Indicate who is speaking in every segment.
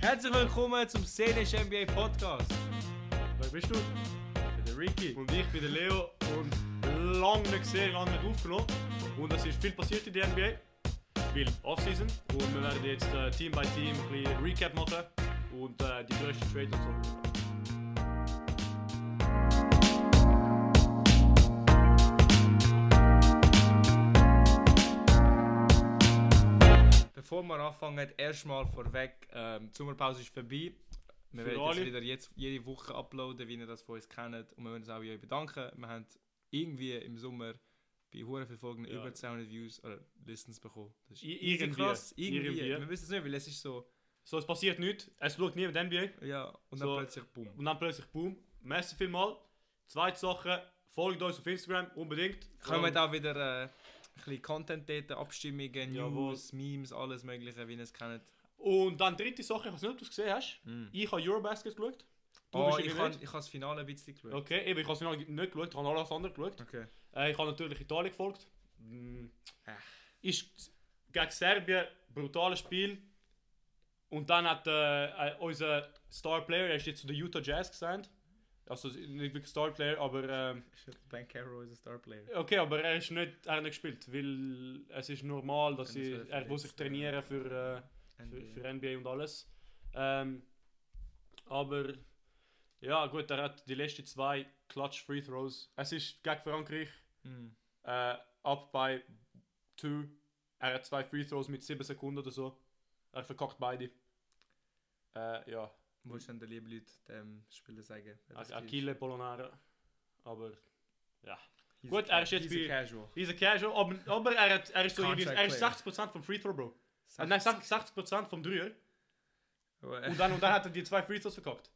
Speaker 1: Herzlich willkommen zum Szenisch NBA Podcast.
Speaker 2: Wer bist du?
Speaker 1: Ich bin der Ricky.
Speaker 2: Und ich bin der Leo und lange nicht gesehen, lange nicht aufgenommen. Und es ist viel passiert in der NBA, viel Offseason. Und wir werden jetzt äh, Team by Team ein bisschen Recap machen und äh, die größten Trades und so.
Speaker 1: Bevor wir anfangen, erstmal vorweg, ähm, die Sommerpause ist vorbei. Wir
Speaker 2: Für
Speaker 1: werden
Speaker 2: alle.
Speaker 1: jetzt wieder jetzt jede Woche uploaden, wie ihr das von uns kennt. Und wir wollen uns auch bei euch bedanken. Wir haben irgendwie im Sommer bei Huren Verfolgen
Speaker 2: Ja.
Speaker 1: über 200 Views oder Listens bekommen. Das ist
Speaker 2: I-
Speaker 1: easy
Speaker 2: irgendwie.
Speaker 1: krass. Irgendwie.
Speaker 2: Irgendwie.
Speaker 1: Wir wissen es nicht, weil es ist so,
Speaker 2: So, es passiert nichts, es schaut niemand NBA.
Speaker 1: ja, und dann
Speaker 2: So.
Speaker 1: plötzlich boom.
Speaker 2: Und dann plötzlich Boom. Merci vielmal. Zweite Sache, folgt uns auf Instagram unbedingt. Ähm,
Speaker 1: Kommen auch wieder äh, ein bisschen Content dort, Abstimmungen,
Speaker 2: Jawohl.
Speaker 1: News, Memes, alles mögliche, wie ihr es kennt.
Speaker 2: Und dann dritte Sache, ich weiß nicht, ob du es gesehen hast.
Speaker 1: Mm.
Speaker 2: Ich habe Eurobasket geschaut. Hm. Du
Speaker 1: Oh,
Speaker 2: bist
Speaker 1: ich
Speaker 2: irgendwie
Speaker 1: habe
Speaker 2: nicht.
Speaker 1: ich hab das Finale ein bisschen geschaut.
Speaker 2: Okay, eben, ich habe es noch nicht geschaut, ich habe alles andere geschaut.
Speaker 1: Okay.
Speaker 2: Äh, ich habe natürlich Italien gefolgt. Mm.
Speaker 1: Äh.
Speaker 2: Ist gegen Serbien brutales Spiel. Und dann hat äh, äh, unser Star-Player, er ist jetzt zu den Utah Jazz gesigned. Also nicht wirklich Star-Player, aber ähm,
Speaker 1: Ben Caro ist ein Starplayer.
Speaker 2: okay, aber er ist nicht, er hat nicht gespielt, weil es ist normal, dass
Speaker 1: Wenn es
Speaker 2: sie,
Speaker 1: wieder
Speaker 2: er muss sich
Speaker 1: verletzt,
Speaker 2: trainieren für, äh, für, für NBA und alles. Ähm, aber ja gut, er hat die letzten zwei Clutch Free Throws. Es ist gegen Frankreich.
Speaker 1: Mhm.
Speaker 2: äh, up by 2. Er hat zwei Free Throws mit 7 Sekunden oder so. Er verkackt beide. Äh, ja,
Speaker 1: Wolltest du dann den lieben Leuten dem Spieler sagen? ähm, wer das
Speaker 2: Ak-
Speaker 1: war?
Speaker 2: Achille Polonara. Aber ja.
Speaker 1: He's
Speaker 2: Gut,
Speaker 1: a
Speaker 2: er ist
Speaker 1: ca-
Speaker 2: jetzt
Speaker 1: he's a
Speaker 2: bei-
Speaker 1: casual.
Speaker 2: He's a casual, aber, aber er, hat, er ist so irgendwie,
Speaker 1: Contract
Speaker 2: er ist
Speaker 1: player.
Speaker 2: 60% vom Free Throw, Bro. Äh, nein, 60%, 60 vom Dreier.
Speaker 1: Äh,
Speaker 2: Und dann, und dann hat er die zwei Free Throws verkackt.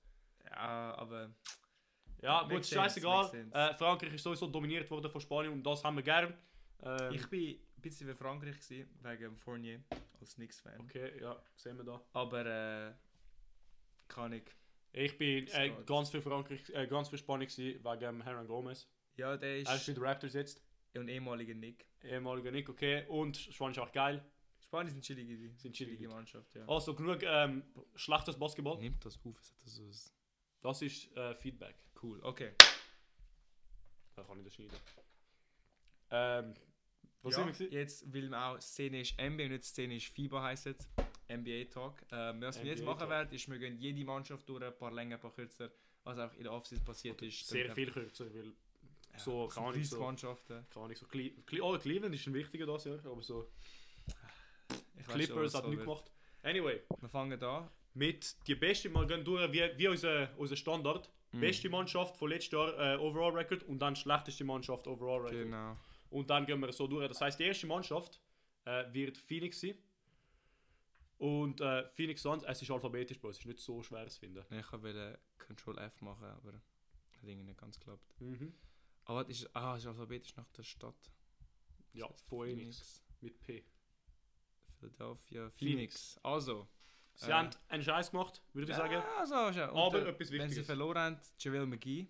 Speaker 1: ja, aber
Speaker 2: Ja,
Speaker 1: Makes
Speaker 2: gut,
Speaker 1: sense,
Speaker 2: scheißegal.
Speaker 1: makes sense.
Speaker 2: Äh, Frankreich ist sowieso dominiert worden von Spanien und das haben wir gern. Ähm,
Speaker 1: ich bin ein bisschen wie Frankreich gewesen, wegen Fournier als Knicks-Fan.
Speaker 2: okay, ja, sehen wir da.
Speaker 1: Aber äh, kann ich.
Speaker 2: Ich bin
Speaker 1: Das
Speaker 2: äh,
Speaker 1: geht.
Speaker 2: ganz für Frankreich, äh, ganz für Spanien gewesen, wegen Hernan Gomez.
Speaker 1: Ja, der
Speaker 2: Er ist
Speaker 1: ist
Speaker 2: für die Raptors jetzt.
Speaker 1: ein ehemaliger Nick.
Speaker 2: Ehemaliger Nick, Äh, okay. Und Spanien ist auch geil.
Speaker 1: Spanien sind chillige, die-
Speaker 2: Sind chillige.
Speaker 1: chillige Mannschaft, ja.
Speaker 2: Also genug ähm, schlechtes Basketball.
Speaker 1: Nimmt das auf, es hat das so ein-
Speaker 2: Das ist äh, Feedback.
Speaker 1: cool. Okay.
Speaker 2: Da kann ich das schneiden. Ähm,
Speaker 1: ja,
Speaker 2: was sind wir gewesen?
Speaker 1: jetzt, weil wir auch szenisch NBA und nicht szenisch FIBA heißen, NBA Talk. Ähm, was wir jetzt
Speaker 2: NBA
Speaker 1: machen
Speaker 2: Talk.
Speaker 1: werden, ist, wir gehen jede Mannschaft durch, ein paar länger, ein paar kürzer, was auch in der Offseason passiert ist.
Speaker 2: Sehr
Speaker 1: Dann-
Speaker 2: viel kürzer, weil
Speaker 1: Ja,
Speaker 2: so,
Speaker 1: es
Speaker 2: keine
Speaker 1: sind
Speaker 2: Ahnung, so-
Speaker 1: 30 Mannschaften.
Speaker 2: keine Ahnung, so Cle Cle oh, Cleveland ist ein wichtiger das Jahr, aber so
Speaker 1: Ich weiss schon,
Speaker 2: Clippers
Speaker 1: was
Speaker 2: hat
Speaker 1: so
Speaker 2: nichts
Speaker 1: wird.
Speaker 2: gemacht. Anyway,
Speaker 1: Wir fangen an.
Speaker 2: mit die beste mal gehen durch wie, wie unser, unser Standard.
Speaker 1: Mhm.
Speaker 2: Mhm. Beste Mannschaft von letztes Jahr äh, Overall Record und dann schlechteste Mannschaft Overall Record.
Speaker 1: Genau.
Speaker 2: Und dann gehen wir so durch. Das heißt, die erste Mannschaft äh, wird Phoenix sein. Und äh, Phoenix Suns, es ist alphabetisch, Bro. Es ist nicht so schwer zu finden.
Speaker 1: Ich wollte Control F machen, aber hat irgendwie nicht ganz geklappt. Aber es ist, ah, es ist alphabetisch nach der Stadt.
Speaker 2: Ja,
Speaker 1: Das Äh. heißt
Speaker 2: Phoenix mit P.
Speaker 1: Philadelphia, Phoenix.
Speaker 2: Phoenix.
Speaker 1: Also.
Speaker 2: Sie
Speaker 1: äh,
Speaker 2: haben einen Scheiß gemacht, würde ich sagen.
Speaker 1: Ja, so ist ja. Und
Speaker 2: Aber
Speaker 1: der-
Speaker 2: etwas
Speaker 1: Wenn sie
Speaker 2: Wichtiges.
Speaker 1: verloren haben, Javel McGee.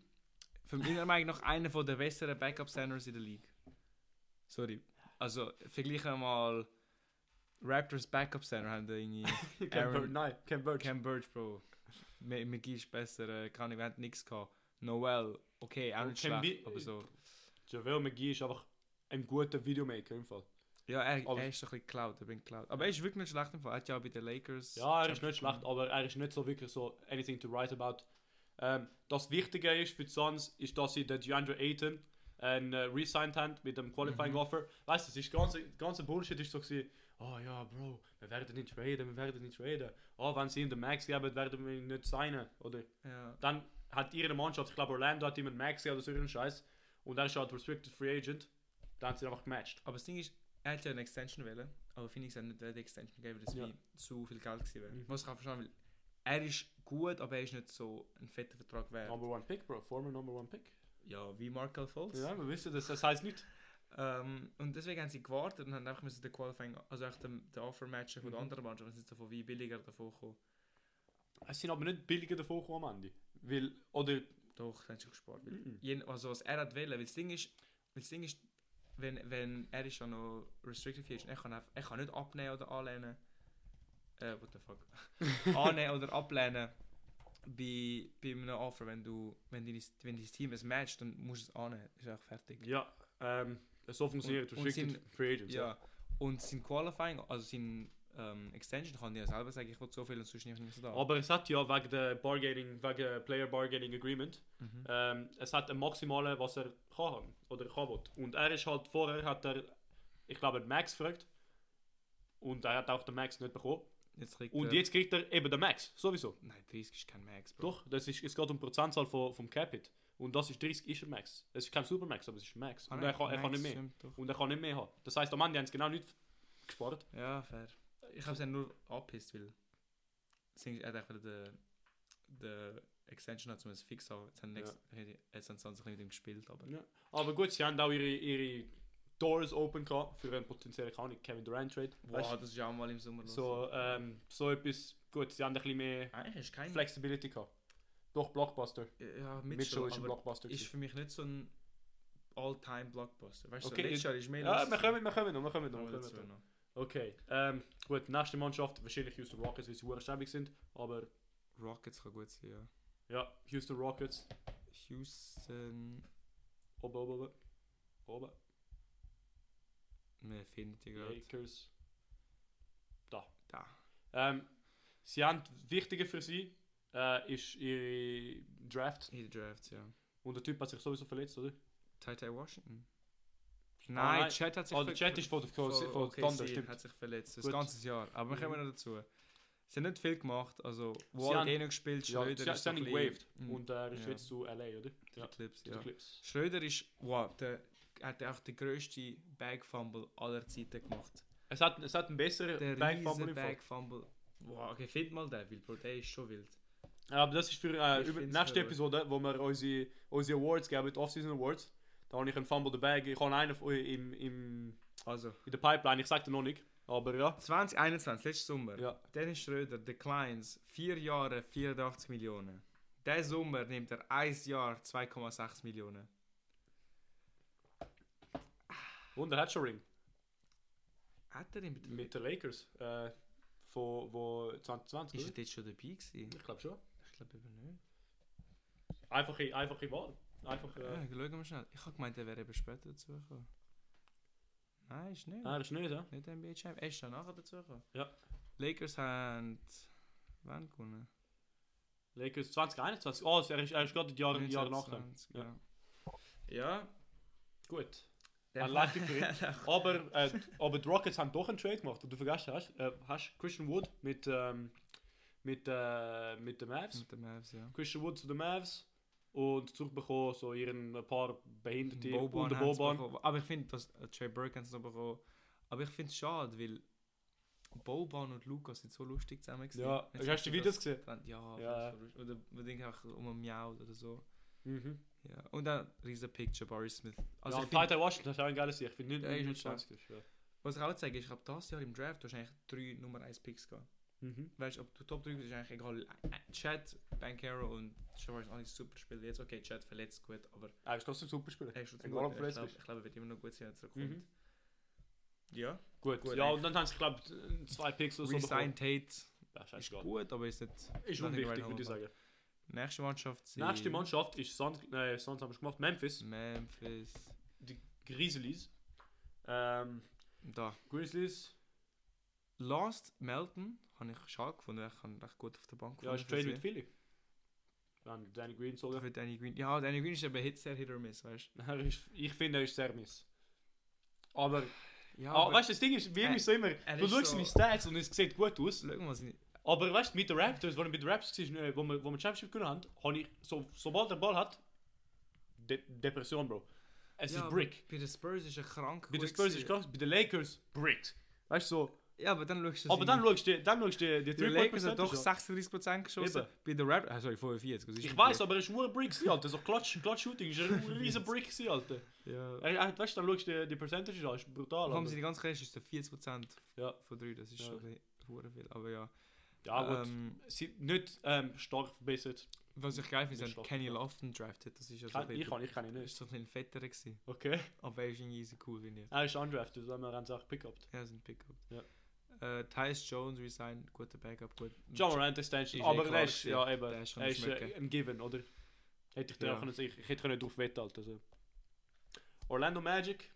Speaker 1: Für meiner Meinung nach einer von der besseren backup centers in der League. Sorry. Also, vergleichen wir mal Raptors backup center haben da irgendwie
Speaker 2: Cam
Speaker 1: Aaron-
Speaker 2: Bird, nein, Cam Bird.
Speaker 1: Cam Birch, Bro. M- McGee ist besser, äh, kann ich, wir hatten nichts gehabt. Noel, okay, auch
Speaker 2: Und
Speaker 1: nicht
Speaker 2: Cam
Speaker 1: schlecht,
Speaker 2: Bi-
Speaker 1: aber so.
Speaker 2: Javel McGee ist einfach ein guter Videomaker im Fall.
Speaker 1: Ja, er,
Speaker 2: aber-
Speaker 1: er ist so ein bisschen geklaut, er bin geklaut. Aber er ist wirklich nicht schlecht im Fall. Er hat ja auch bei den Lakers.
Speaker 2: Ja, er ist nicht
Speaker 1: Championship gewonnen.
Speaker 2: schlecht, aber er ist nicht so wirklich so anything to write about. Ähm, das Wichtige ist für die Suns, ist, dass sie den DeAndre Ayton ein äh, resigned haben mit dem Qualifying
Speaker 1: Mhm.
Speaker 2: Offer. Weißt du, das ist ganze, ganze Bullshit ist so gewesen, oh ja, Bro, wir werden nicht traden, wir werden nicht traden. Oh, wenn sie ihm den Max geben, werden wir ihn nicht signen, oder?
Speaker 1: Ja.
Speaker 2: Dann hat ihre Mannschaft, ich glaube Orlando hat ihm einen Max gegeben oder so irgendeinen Scheiß. Und dann ist er halt Restricted Free Agent. Dann haben sie ihn einfach gematcht.
Speaker 1: Aber das Ding ist, er hätte ja eine Extension wählen, aber Phoenix hat nicht die Extension gegeben, weil das
Speaker 2: Ja.
Speaker 1: wie zu viel Geld gewesen wäre.
Speaker 2: Mhm.
Speaker 1: Was ich auch verstehen will. Er ist gut, aber er ist nicht so ein fetter Vertrag wert.
Speaker 2: Number one pick, Bro, former number one pick.
Speaker 1: Ja, wie Markel Fultz.
Speaker 2: Ja, wir wissen das, das heißt nicht.
Speaker 1: Ähm, und deswegen haben sie gewartet und haben einfach müssen den Qualifying, also echt den, den Offer matchen von der
Speaker 2: Mhm.
Speaker 1: anderen Mannschaft, und sind davon wie billiger davon gekommen.
Speaker 2: Es sind aber nicht billiger davon gekommen am Ende. Weil, oder,
Speaker 1: Doch, dann haben sie gespart. Weil
Speaker 2: Mhm.
Speaker 1: jen- also was er hat wählen, weil das Ding ist, weil das Ding ist wenn, wenn er ist ja noch restricted free agent, er kann, einfach- er kann nicht abnehmen oder anlehnen. Äh, what the fuck? annehmen Ah, oder ablehnen bei, bei einem Offer. Wenn, du, wenn, dein, wenn dein Team es matcht, dann musst du es annehmen. Ist auch fertig.
Speaker 2: Ja, ähm, so funktioniert
Speaker 1: Und- und
Speaker 2: Restricted
Speaker 1: sind-
Speaker 2: Free Agents.
Speaker 1: Ja, und sein Qualifying, also sein ähm, Extension kann ja selber sagen, ich will so viel und sonst nicht mehr so da.
Speaker 2: Aber es hat ja wegen der Bargaining, wegen Player Bargaining Agreement,
Speaker 1: Mhm.
Speaker 2: ähm, es hat ein Maximale, was er kann haben oder kann will. Und er ist halt vorher, hat er, ich glaube, den Max gefragt. Und er hat auch den Max nicht bekommen.
Speaker 1: Jetzt kriegt
Speaker 2: Und
Speaker 1: er-
Speaker 2: jetzt kriegt er eben den Max, sowieso.
Speaker 1: Nein, 30 ist kein Max, Bro.
Speaker 2: Doch, das ist, es geht um die Prozentzahl von, vom Capit. Und das ist 30 ist ein Max. Es ist kein Supermax, aber es ist ein Max.
Speaker 1: Ah,
Speaker 2: Und
Speaker 1: nein,
Speaker 2: er kann, er
Speaker 1: Max
Speaker 2: kann nicht mehr.
Speaker 1: stimmt doch.
Speaker 2: Und er kann nicht mehr haben. Das heisst, am Ende haben sie genau nichts gespart.
Speaker 1: Ja, fair. Ich habe es ja nur angepisst, weil Sing- er hat einfach den, den Extension hat, um es fix zu haben. Jetzt haben,
Speaker 2: Ja.
Speaker 1: nix, jetzt haben sie nicht mit ihm gespielt, aber
Speaker 2: Ja. Aber gut, sie haben auch ihre, ihre Doors open gehabt für einen potenziellen keine Ahnung, Kevin Durant Trade. Weißt
Speaker 1: wow, das ist ja auch mal im Sommer
Speaker 2: du?
Speaker 1: los.
Speaker 2: so, ähm, so etwas, gut, sie haben ein bisschen mehr
Speaker 1: Eigentlich Ah, ist kein... äh,
Speaker 2: Flexibility gehabt. Doch, Blockbuster.
Speaker 1: Ja,
Speaker 2: Mitchell,
Speaker 1: Mitchell,
Speaker 2: ist ein
Speaker 1: aber
Speaker 2: Blockbuster.
Speaker 1: ist
Speaker 2: gewesen.
Speaker 1: für mich nicht so ein All-Time-Blockbuster. Weißt du,
Speaker 2: Okay,
Speaker 1: so, letztes Jahr ist mehr
Speaker 2: Ja,
Speaker 1: los
Speaker 2: wir
Speaker 1: gewesen.
Speaker 2: kommen, wir kommen noch, wir kommen noch.
Speaker 1: Aber
Speaker 2: Wir kommen
Speaker 1: dazu
Speaker 2: noch.
Speaker 1: noch.
Speaker 2: Okay, ähm, gut, nächste Mannschaft, wahrscheinlich Houston Rockets, weil sie hure schäbig sind, aber
Speaker 1: Rockets kann gut sein, ja.
Speaker 2: ja, Houston Rockets,
Speaker 1: Houston...
Speaker 2: oben, oben, oben, oben,
Speaker 1: Man findet die gerade.
Speaker 2: Lakers.
Speaker 1: Da.
Speaker 2: Ähm, sie haben, wichtiger für sie äh, ist ihre Draft
Speaker 1: In den Drafts, ja.
Speaker 2: und der Typ hat sich sowieso verletzt, oder?
Speaker 1: Ty Ty Washington? Nein,
Speaker 2: Ah, nein.
Speaker 1: Chat hat sich
Speaker 2: Oh, der Chat ist von der von,
Speaker 1: Vor-
Speaker 2: von
Speaker 1: okay,
Speaker 2: Thunder,
Speaker 1: sie
Speaker 2: stimmt.
Speaker 1: hat sich verletzt, das
Speaker 2: Gut. Mhm.
Speaker 1: ganze Jahr. Aber wir kommen noch dazu. Sie haben nicht viel gemacht, also Wall
Speaker 2: haben-
Speaker 1: hat eh noch gespielt,
Speaker 2: Ja,
Speaker 1: Schröder
Speaker 2: sie,
Speaker 1: ist
Speaker 2: sie haben
Speaker 1: noch
Speaker 2: ihn
Speaker 1: ein
Speaker 2: gewaved
Speaker 1: bisschen- Mm,
Speaker 2: und er ist
Speaker 1: Ja.
Speaker 2: jetzt zu LA, oder?
Speaker 1: die Clips,
Speaker 2: zu
Speaker 1: ja.
Speaker 2: den Clips.
Speaker 1: Schröder ist, wow, der hat auch den grössten Bag-Fumble aller Zeiten gemacht.
Speaker 2: Es hat, es hat einen
Speaker 1: Der
Speaker 2: besseren Bankfumble
Speaker 1: riesen
Speaker 2: im Fall.
Speaker 1: Bag-Fumble. Wow, okay, find mal den, weil Bro, der ist schon wild.
Speaker 2: Aber das ist für äh,
Speaker 1: Ich
Speaker 2: über die
Speaker 1: find's
Speaker 2: nächste
Speaker 1: verrückt.
Speaker 2: Episode, wo wir unsere, unsere Awards geben, die Off-Season Awards. Da habe ich einen Fumble the Bag. Ich habe einen von- im, im,
Speaker 1: Also,
Speaker 2: in der Pipeline, ich sage den noch nicht. Aber ja.
Speaker 1: 2021, letzten Sommer.
Speaker 2: Ja.
Speaker 1: Dennis Schröder, The Clients, 4 Jahre 84 Millionen. Diesen Sommer nimmt er 1 Jahr 2,6 Millionen.
Speaker 2: Und er hat schon Ring.
Speaker 1: Hat er ihn mit
Speaker 2: Mit den Lakers. Äh, von wo 2020.
Speaker 1: Ist
Speaker 2: oder?
Speaker 1: er dort schon dabei gewesen?
Speaker 2: Ich glaube schon.
Speaker 1: Ich glaube eben nicht.
Speaker 2: Einfache, einfache Wahl. Einfach.
Speaker 1: Ja.
Speaker 2: Äh,
Speaker 1: schauen wir schnell. Ich habe gemeint, er wäre eben später dazugekommen. Nein, ist nicht.
Speaker 2: er ist nicht, ja?
Speaker 1: Nicht NBA Champ. Er ist schon nachher dazugekommen.
Speaker 2: Ja.
Speaker 1: Lakers haben... Wann gewonnen?
Speaker 2: Lakers 2021. Oh, er ist, er ist gerade die Jahre, Jahre nachher.
Speaker 1: 1920, Ja. ja.
Speaker 2: Gut.
Speaker 1: Der
Speaker 2: Ein Lucky Aber, äh, d- aber die Rockets haben doch einen Trade gemacht, den du vergessen hast. Äh, hast Christian Wood mit, ähm, mit, äh, mit den Mavs.
Speaker 1: Mit den Mavs, ja.
Speaker 2: Christian Wood zu den Mavs und zurückbekommen, so ihren ein paar Behinderte und den
Speaker 1: haben sie
Speaker 2: Boban.
Speaker 1: bekommen. Aber ich finde, dass äh, Trey Burke haben sie noch bekommen. Aber ich finde es schade, weil Boban und Lukas sind so lustig zusammen gewesen.
Speaker 2: Ja,
Speaker 1: Jetzt
Speaker 2: hast du die
Speaker 1: sie
Speaker 2: Videos
Speaker 1: das-
Speaker 2: gesehen?
Speaker 1: dann- Ja,
Speaker 2: Ja.
Speaker 1: ja. So lustig. oder man denkt einfach um einen Miau oder so.
Speaker 2: Mhm.
Speaker 1: Ja. Und dann riesen Picture Barry Smith. Also
Speaker 2: Also ja,
Speaker 1: ich
Speaker 2: und
Speaker 1: find,
Speaker 2: Titan Washington das ist auch ein geiles Sieg. Ich finde nicht,
Speaker 1: Der ist nicht
Speaker 2: 29 ja.
Speaker 1: was ich auch zeige, ist, ich habe das Jahr im Draft du hast eigentlich drei Nummer 1 Picks gehabt.
Speaker 2: Mhm.
Speaker 1: Weißt du, ob du Top 3 bist, ist eigentlich egal. Eh, Chad, Bankero und Shavar sind alle super Spieler. Jetzt okay, Chad verletzt gut, aber
Speaker 2: Er ist trotzdem super spielen.
Speaker 1: er ist schon zu
Speaker 2: Egal,
Speaker 1: gut.
Speaker 2: ob
Speaker 1: Ich
Speaker 2: verletzt
Speaker 1: glaube,
Speaker 2: bist.
Speaker 1: glaub, er wird immer noch gut sein, wenn er zurückkommt.
Speaker 2: Mhm.
Speaker 1: Ja.
Speaker 2: Gut,
Speaker 1: Gut,
Speaker 2: ja,
Speaker 1: eigentlich.
Speaker 2: und dann haben sie, glaube ich, äh, zwei Picks oder so.
Speaker 1: Resign
Speaker 2: bekommen.
Speaker 1: Tate
Speaker 2: Ja,
Speaker 1: ist
Speaker 2: scheißegal.
Speaker 1: gut, aber ist nicht.
Speaker 2: Ist
Speaker 1: nothing
Speaker 2: unwichtig,
Speaker 1: right
Speaker 2: würde ich
Speaker 1: home
Speaker 2: sagen.
Speaker 1: about. Nächste Mannschaft sind
Speaker 2: Nächste Mannschaft ist Suns, äh, Suns haben wir schon gemacht, Memphis,
Speaker 1: Memphis.
Speaker 2: Grizzlies. Ähm,
Speaker 1: Da.
Speaker 2: Grizzlies,
Speaker 1: Last Melton habe ich schade gefunden. Er kann recht gut auf der Bank
Speaker 2: Ja, ist
Speaker 1: gefunden für
Speaker 2: Trade
Speaker 1: sie.
Speaker 2: mit Philly. Dann Danny Green sogar.
Speaker 1: Für Danny Green. Ja, Danny Green ist eben Hit sehr Hit or Miss, weißt
Speaker 2: Er ist, ich finde, er ist sehr miss. Aber,
Speaker 1: du? Ja,
Speaker 2: ah, weißt du, das Ding ist, wie
Speaker 1: Er-
Speaker 2: immer so immer,
Speaker 1: er
Speaker 2: du
Speaker 1: ist
Speaker 2: schaust
Speaker 1: so-
Speaker 2: seine Stats und es sieht gut aus.
Speaker 1: schauen wir mal seine.
Speaker 2: Aber weißt du, mit den Raptors, wenn er mit den Raptors war, äh, wo wir, wo wir die Championship gewonnen haben, habe ich, so, sobald er Ball hat, De Depression, Bro. Es
Speaker 1: ja,
Speaker 2: ist Brick.
Speaker 1: aber Bei den Spurs ist er krank.
Speaker 2: Bei den
Speaker 1: gut
Speaker 2: Spurs ist
Speaker 1: gewesen.
Speaker 2: krass, bei den Lakers, Brick. Weißt du, so.
Speaker 1: eh, Ja, aber dann schaust du
Speaker 2: Aber dann
Speaker 1: seine-
Speaker 2: schaust du, dann schaust du die, die
Speaker 1: die Lakers hat doch
Speaker 2: 3-Point-Percentage an.
Speaker 1: 36% geschossen.
Speaker 2: Eben.
Speaker 1: Bei den Raptors. Ah, sorry, 45. das ist
Speaker 2: Ich
Speaker 1: nicht
Speaker 2: weiß, aber er ist nur ein Brick, gewesen, Alter. So Clutch- Clutch-Shooting ist ein riesen Brick, gewesen, Alter.
Speaker 1: viel. Ja.
Speaker 2: Er, er, weißt du, dann schaust du die, die Percentage an, ist brutal.
Speaker 1: Haben
Speaker 2: aber-
Speaker 1: sie die ganze Rest ist der 40%
Speaker 2: Ja.
Speaker 1: von 3, das ist
Speaker 2: Ja.
Speaker 1: schon ein bisschen hure viel. Aber ja.
Speaker 2: Ja, gut.
Speaker 1: Ähm,
Speaker 2: sie nicht ähm, stark verbessert.
Speaker 1: was ich geil finde,
Speaker 2: Mit
Speaker 1: ist,
Speaker 2: Stock,
Speaker 1: dass Kenny
Speaker 2: ja.
Speaker 1: Lofton drafted. Das ist ja so
Speaker 2: Kein,
Speaker 1: ein
Speaker 2: ich
Speaker 1: bisschen,
Speaker 2: kann, ich kann ihn
Speaker 1: das
Speaker 2: nicht.
Speaker 1: ist so ein bisschen fetterer gewesen.
Speaker 2: Okay.
Speaker 1: Aber er ist irgendwie easy cool, finde ich.
Speaker 2: Er ist undrafted, weil wir haben es auch gepickt.
Speaker 1: Ja, das ist ein Pickup.
Speaker 2: Ja.
Speaker 1: äh, Tyus Jones resigned, guter Backup, gut.
Speaker 2: John Morant ist Tension,
Speaker 1: Ist eh
Speaker 2: aber
Speaker 1: klar
Speaker 2: er ist,
Speaker 1: gewesen.
Speaker 2: ja, eben,
Speaker 1: Der ist
Speaker 2: er ist
Speaker 1: schmecken.
Speaker 2: äh, ein Given, oder? Hätte ich,
Speaker 1: Ja.
Speaker 2: ja. können, ich, ich hätte können drauf wetten, Alter. So. Orlando Magic.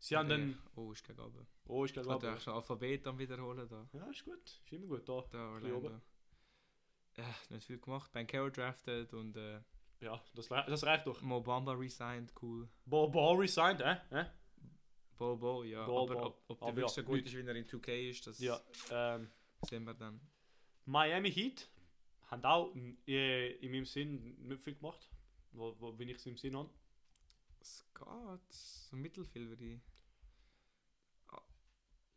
Speaker 2: Sie haben dann...
Speaker 1: Oh, ist gegen oben.
Speaker 2: Oh, ich glaube...
Speaker 1: Warte,
Speaker 2: aber-
Speaker 1: ich schon Alphabet am wiederholen da.
Speaker 2: Ja, ist gut. Ist immer gut da.
Speaker 1: Da
Speaker 2: bisschen
Speaker 1: Orlando. Ja, nicht viel gemacht. Ben Carroll drafted und äh,
Speaker 2: Ja, das, le- das reicht doch.
Speaker 1: Mo Bamba resigned, cool.
Speaker 2: Bo, Bo resigned, eh? eh?
Speaker 1: Bo Bo, ja.
Speaker 2: Bo
Speaker 1: aber
Speaker 2: Bo.
Speaker 1: ob, ob der
Speaker 2: Aber
Speaker 1: wirklich so
Speaker 2: ja,
Speaker 1: gut
Speaker 2: nicht.
Speaker 1: ist, wie er in 2K ist, das
Speaker 2: Ja. Ähm,
Speaker 1: sehen wir dann.
Speaker 2: Miami Heat haben auch n- äh, in meinem Sinn nicht viel gemacht. Wo, wo, wenn ich es im Sinn habe.
Speaker 1: Es geht. So Mittelfeld würde ich.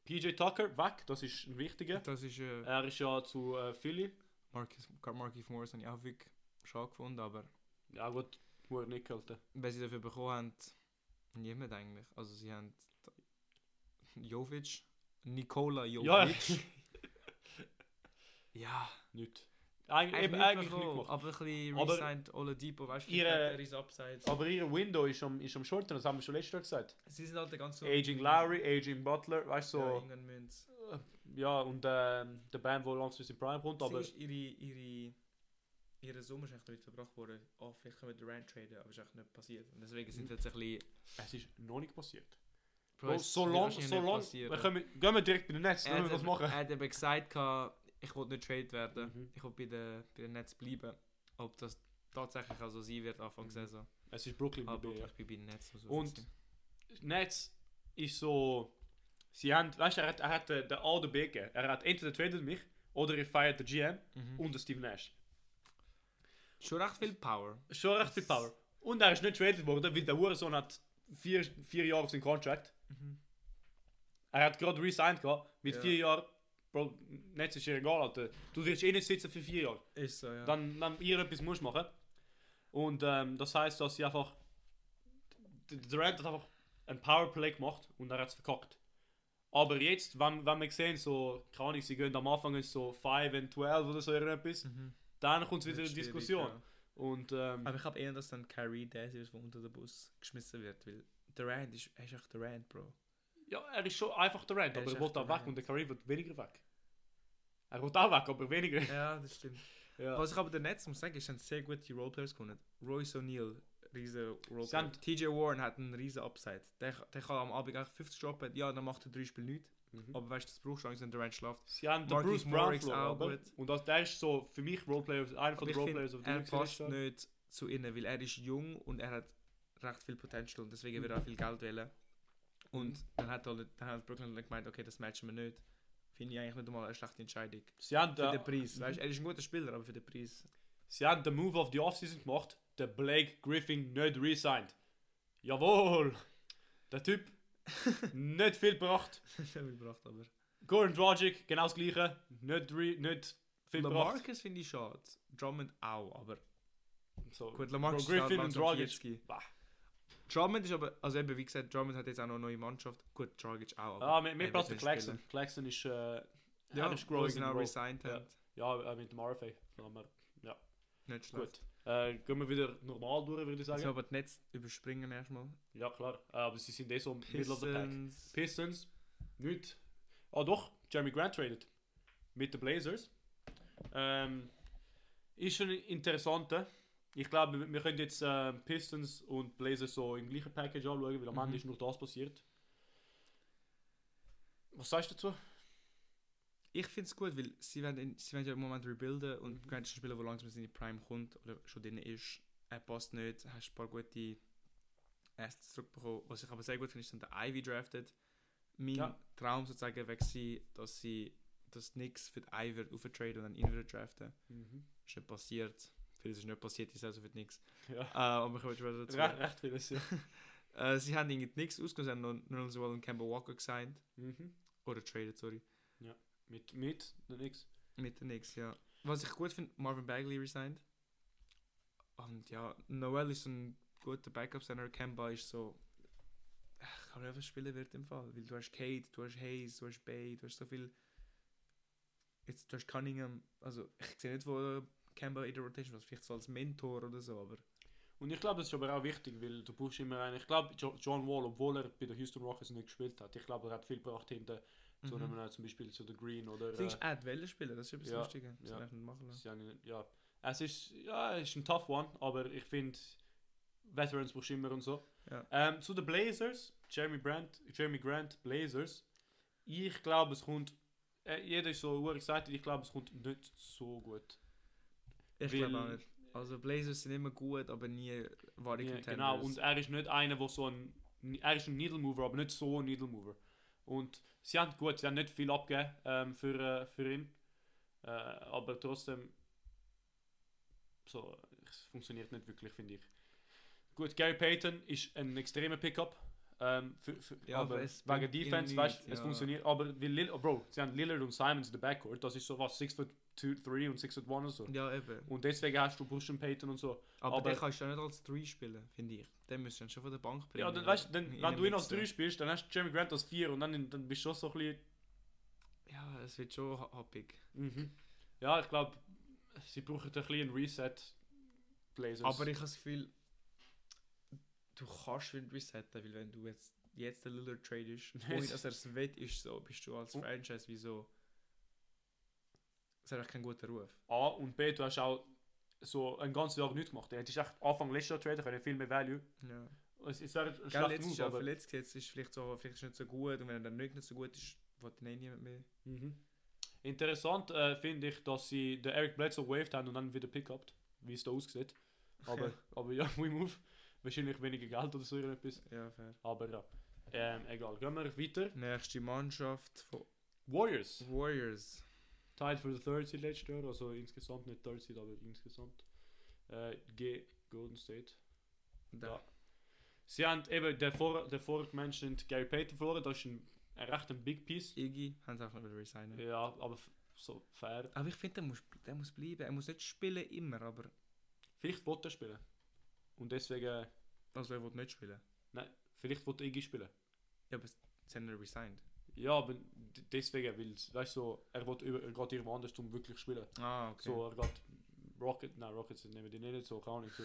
Speaker 2: PJ Tucker, weg, das ist ein wichtiger.
Speaker 1: Das ist äh,
Speaker 2: Er ist ja zu äh, Philly.
Speaker 1: Marcus, Marcus Morris habe ich auch wirklich schade gefunden, aber
Speaker 2: Ja gut, wurde nicht gehalten.
Speaker 1: wenn sie dafür bekommen haben, niemand eigentlich. Also sie haben Jovic, Nikola
Speaker 2: Ja,
Speaker 1: Jovic. Ja,
Speaker 2: nicht. Eig eben, eigentlich nicht
Speaker 1: bekommen,
Speaker 2: gemacht.
Speaker 1: aber ein bisschen
Speaker 2: Aber
Speaker 1: resigned Oladipo, weißt du,
Speaker 2: ihre-
Speaker 1: er ist Upside.
Speaker 2: Aber ihr Window ist am, ist am Shorten, das haben wir schon letztes Jahr gesagt.
Speaker 1: Sie sind halt der ganze
Speaker 2: Aging Lowry, Aging Butler, weißt du,
Speaker 1: Ja,
Speaker 2: so.
Speaker 1: irgendwann müssen sie-
Speaker 2: Ja, und ähm, der Band, der langsam in Prime kommt,
Speaker 1: Sie
Speaker 2: aber.
Speaker 1: ist ihre, ihre, ihre Sommer ist eigentlich damit verbracht worden, oh, vielleicht können wir Durant traden, aber es ist eigentlich nicht passiert. Und deswegen sind sie jetzt ein bisschen...
Speaker 2: Es ist noch nicht passiert.
Speaker 1: Bro,
Speaker 2: Bro,
Speaker 1: es
Speaker 2: so
Speaker 1: wird
Speaker 2: lang,
Speaker 1: wahrscheinlich
Speaker 2: so
Speaker 1: nicht
Speaker 2: lang.
Speaker 1: passieren.
Speaker 2: Wir können, gehen wir direkt bei den Netz, dann
Speaker 1: Er
Speaker 2: müssen
Speaker 1: hat
Speaker 2: wir das
Speaker 1: eben-
Speaker 2: machen.
Speaker 1: Er hat eben gesagt, gehabt, ich will nicht traded werden.
Speaker 2: Mhm.
Speaker 1: Ich will bei den, bei den Nets bleiben. Ob das tatsächlich auch so sein wird Anfang
Speaker 2: Mhm.
Speaker 1: Saison.
Speaker 2: Es ist Brooklyn
Speaker 1: Aber
Speaker 2: dabei. Ja.
Speaker 1: ich bin bei den Nets. also muss ich
Speaker 2: Und-
Speaker 1: sagen.
Speaker 2: Netz ist so. Sie haben, weißt du, er hat, er hat äh, den alten Weg gegeben. Er hat entweder tradet mich oder er feiert den GM
Speaker 1: Mhm.
Speaker 2: und den Steve Nash.
Speaker 1: Schon recht viel Power.
Speaker 2: Schon recht viel Power. Und er ist nicht traded worden, weil der Hurensohn hat vier, vier Jahre auf seinem Contract. Er hat gerade resigned gehabt, mit
Speaker 1: Mhm. Ja.
Speaker 2: vier Jahren. Bro, Netz ist ihr egal, Alter. Du wirst eh nicht sitzen für vier Jahre.
Speaker 1: Ist so, ja.
Speaker 2: dann, dann ihr etwas musst machen. Und ähm, das heißt, dass sie einfach. D- Durant hat einfach ein Powerplay gemacht und er hat es verkackt. Aber jetzt, wenn, wenn wir sehen, so, keine Ahnung, sie gehen am Anfang so 5 and 12 oder so irgendetwas,
Speaker 1: Mhm.
Speaker 2: dann kommt wieder
Speaker 1: Wird
Speaker 2: eine
Speaker 1: schwierig,
Speaker 2: Diskussion.
Speaker 1: ja.
Speaker 2: Und ähm,
Speaker 1: Aber ich habe eher, dass dann Kyrie der ist, der unter den Bus geschmissen wird. Weil Durant ist, er ist echt Durant, Bro.
Speaker 2: ja, er ist schon einfach Durant,
Speaker 1: Er
Speaker 2: aber
Speaker 1: ist
Speaker 2: er wird
Speaker 1: echt
Speaker 2: auch weg
Speaker 1: Durant.
Speaker 2: und der Curry wird weniger weg. Er wird auch weg, aber weniger.
Speaker 1: Ja, das stimmt.
Speaker 2: Ja.
Speaker 1: Was ich aber den Nets muss sagen, ist, haben sehr gute Roleplayers gefunden. Royce O'Neal, riesen
Speaker 2: Sie
Speaker 1: Roleplayer.
Speaker 2: haben-
Speaker 1: TJ Warren hat einen riesen Upside. Der, der kann am Abend eigentlich 50 droppen, ja, dann macht er drei Spiele nichts.
Speaker 2: Mhm.
Speaker 1: Aber weißt du, das brauchst du eigentlich, wenn Durant schläft.
Speaker 2: Sie haben den
Speaker 1: Marcus
Speaker 2: Bruce Brown
Speaker 1: Morris auch
Speaker 2: verloren, aber-
Speaker 1: gut.
Speaker 2: und das, der ist so für mich Roleplayer, einer
Speaker 1: Aber
Speaker 2: von den
Speaker 1: ich find,
Speaker 2: Roleplayers, auf die
Speaker 1: er
Speaker 2: ich gesehen
Speaker 1: passt
Speaker 2: habe.
Speaker 1: nicht zu ihnen, weil er ist jung und er hat recht viel Potential und deswegen wird er auch viel Geld wählen. Und dann hat, halt, dann hat Brooklyn dann gemeint, okay, das matchen wir nicht. Finde ich eigentlich nicht mal eine schlechte Entscheidung.
Speaker 2: Sie haben,
Speaker 1: Für
Speaker 2: den-
Speaker 1: den Preis. Weißt,
Speaker 2: Mhm.
Speaker 1: er ist ein guter Spieler, aber für den Preis.
Speaker 2: Sie haben den Move auf die Offseason gemacht, der Blake Griffin nicht resigned. Jawohl! Der Typ nicht viel gebracht.
Speaker 1: Das habe ich gebracht, aber.
Speaker 2: Goran Dragic, genau das gleiche. Nicht, re, nicht viel gebracht.
Speaker 1: Lamarcus finde ich schade. Drummond auch, aber
Speaker 2: So.
Speaker 1: gut, Lamarcus
Speaker 2: Bro, Griffin
Speaker 1: auch
Speaker 2: und
Speaker 1: langsam
Speaker 2: Dragic.
Speaker 1: 40.
Speaker 2: Bah.
Speaker 1: Drummond ist aber, also eben wie gesagt, Drummond hat jetzt auch noch eine neue Mannschaft. Gut, Dragic auch. aber
Speaker 2: Ah, mir, mir
Speaker 1: er
Speaker 2: passt der
Speaker 1: wird
Speaker 2: Claxton.
Speaker 1: nicht
Speaker 2: Claxton ist, äh,
Speaker 1: spielen. Ja,
Speaker 2: er ist growing
Speaker 1: wo genau
Speaker 2: in
Speaker 1: sie ihn auch
Speaker 2: role.
Speaker 1: resigned
Speaker 2: Ja.
Speaker 1: haben.
Speaker 2: Ja, äh, mit dem RFA. Aber
Speaker 1: Nicht schlecht.
Speaker 2: gut. Äh, gehen wir wieder normal durch, würde ich
Speaker 1: Jetzt
Speaker 2: sagen.
Speaker 1: aber das Netz überspringen erstmal.
Speaker 2: Ja, klar. Äh, aber sie sind eh so middle of the pack.
Speaker 1: Pistons.
Speaker 2: Pistons, nicht. Ah doch, Jeremy Grant traded mit den Blazers. Ähm, ist schon interessanter. Ich glaube, wir- wir können jetzt ähm, Pistons und Blazers so im gleichen Package anschauen, weil am
Speaker 1: Mhm.
Speaker 2: Ende ist nur das passiert. Was sagst du dazu?
Speaker 1: Ich finde es gut, weil sie werden, in, sie werden ja im Moment rebuilden
Speaker 2: Mhm.
Speaker 1: und Grant ist ein Spieler, der langsam in die Prime kommt oder schon drin ist. Er passt nicht, hast ein paar gute Assets zurückbekommen. Was ich aber sehr gut finde, ist, dass der Ivy drafted. Mein
Speaker 2: Ja.
Speaker 1: Traum sozusagen war, dass sie das nix für die Ivy auftraden und dann ihn wieder draften. Ist nicht passiert. Vieles ist nicht passiert, ist also für nichts.
Speaker 2: Ja.
Speaker 1: aber ich wollte wieder dazu.
Speaker 2: Recht, recht vieles, ja.
Speaker 1: Äh, sie haben irgendwie nichts ausgesehen, nur nur so einen Campbell Walker gesigned.
Speaker 2: mhm.
Speaker 1: Oder traded, sorry.
Speaker 2: Mit, mit, der nix.
Speaker 1: Mit den Knicks, ja. Was ich gut finde, Marvin Bagley resigned. Und ja, Noel ist ein guter Backup-Center. Kemba ist so. Ich kann nicht, was spielen wird im Fall. Weil du hast Kate, du hast Hayes, du hast Bay, du hast so viel. Jetzt, du hast Cunningham. Also, ich sehe nicht, wo Kemba in der Rotation ist. Vielleicht so als Mentor oder so, aber.
Speaker 2: Und ich glaube, das ist aber auch wichtig, weil du brauchst immer einen. Ich glaube, Jo- John Wall, obwohl er bei den Houston Rockets nicht gespielt hat, ich glaube, er hat viel gebracht hinter So
Speaker 1: Mhm.
Speaker 2: nehmen wir äh, zum Beispiel zu The Green oder.
Speaker 1: Das Ding ist,
Speaker 2: Äh,
Speaker 1: er hat Wellen spielen, das ist etwas
Speaker 2: ja,
Speaker 1: Lustiges. Das
Speaker 2: ja.
Speaker 1: kann ich nicht machen lassen.
Speaker 2: sie haben- ja. Es ist, ja, es ist ein tough one, aber ich finde, Veterans brauchst du immer und so.
Speaker 1: Ja.
Speaker 2: Ähm, zu den Blazers, Jeremy, Brandt, Jeremy Grant, Blazers. Ich glaube, es kommt. Äh, jeder ist so excited, ich glaube, es kommt nicht so gut.
Speaker 1: Ich
Speaker 2: Weil-
Speaker 1: glaube auch nicht. Also Blazers sind immer gut, aber nie wahre
Speaker 2: Ja,
Speaker 1: Contenders.
Speaker 2: genau, und er ist nicht einer, der so ein. Er ist ein Needle Mover, aber nicht so ein Needle Mover. Und sie haben gut, sie haben nicht viel abgegeben ähm, für, äh, für ihn. Äh, aber trotzdem. So, es funktioniert nicht wirklich, finde ich. Gut, Gary Payton ist ein extremer Pickup. Ähm, für, für,
Speaker 1: Ja,
Speaker 2: aber
Speaker 1: aber es
Speaker 2: wegen
Speaker 1: bringt ihn
Speaker 2: Defense,
Speaker 1: nicht,
Speaker 2: weißt es
Speaker 1: ja.
Speaker 2: funktioniert. Aber wie Lil oh, Bro, sie haben Lillard und Simons in der Backcourt, das ist so was 6 foot 2, 3 und 6 foot 1 und so.
Speaker 1: Ja, eben.
Speaker 2: Und deswegen hast du Bush und Payton und so.
Speaker 1: Aber,
Speaker 2: aber-
Speaker 1: den kannst du ja nicht als 3 spielen, finde ich. Den müsstest du schon von der Bank bringen. äh,
Speaker 2: Ja, dann, weißt, du,
Speaker 1: In
Speaker 2: dann, wenn
Speaker 1: den
Speaker 2: du ihn als
Speaker 1: Mixen.
Speaker 2: 3 spielst, dann hast du Jeremy Grant als 4 und dann, dann bist du schon so ein bisschen.
Speaker 1: Ja, es wird schon ha- happig.
Speaker 2: Mhm. Ja, ich glaube, sie brauchen ein bisschen einen Reset. die Blazers.
Speaker 1: Aber ich habe das Gefühl, du kannst wieder resetten, weil wenn du jetzt, jetzt den Lillard tradest, ohne dass er es wett ist, so bist du als
Speaker 2: Oh.
Speaker 1: Franchise wie so... Das hat einfach keinen guten Ruf.
Speaker 2: A und B, du hast auch so ein ganzes Jahr nichts gemacht. Du hättest echt Anfang letztes Jahr traden können, viel mehr Value.
Speaker 1: Ja.
Speaker 2: Es, es wäre ein
Speaker 1: Gell,
Speaker 2: schlechter
Speaker 1: jetzt ist
Speaker 2: Move,
Speaker 1: er
Speaker 2: aber.
Speaker 1: verletzt, jetzt ist vielleicht so, vielleicht ist er nicht so gut und wenn er dann nicht nicht so gut ist, will dann eh niemand mehr.
Speaker 2: Mhm. Interessant äh, finde ich, dass sie den Eric Bledsoe waved haben und dann wieder pickupt, wie es da aussieht. Aber ja, aber ja we move. Wahrscheinlich weniger Geld oder so irgendetwas.
Speaker 1: Ja, fair.
Speaker 2: Aber ja, ähm, egal. Gehen wir weiter.
Speaker 1: Nächste Mannschaft von
Speaker 2: Warriors.
Speaker 1: Warriors.
Speaker 2: Tied for the third seed letztes Jahr, also insgesamt nicht third seed, aber insgesamt. Äh, G Golden State.
Speaker 1: Da.
Speaker 2: Ja. Sie haben eben der vor der vorgementionten Gary Payton verloren, das ist ein, ein recht ein Big Piece.
Speaker 1: Iggy, haben sie auch noch wieder resignen.
Speaker 2: Ja, aber f- so fair.
Speaker 1: Aber ich finde, der muss, der muss bleiben. Er muss nicht spielen immer, aber...
Speaker 2: Vielleicht wollte er spielen. Und deswegen,
Speaker 1: Also er will nicht spielen.
Speaker 2: nein, vielleicht wollte Iggy spielen.
Speaker 1: Ja, aber sie haben ihn resigned.
Speaker 2: Ja, aber d- deswegen, weil, weißt du, so, er, will über, er geht irgendwo anders, um wirklich zu spielen.
Speaker 1: Ah, okay.
Speaker 2: So, er geht Rocket, nein, Rockets nehmen die nicht, so, keine Ahnung, so,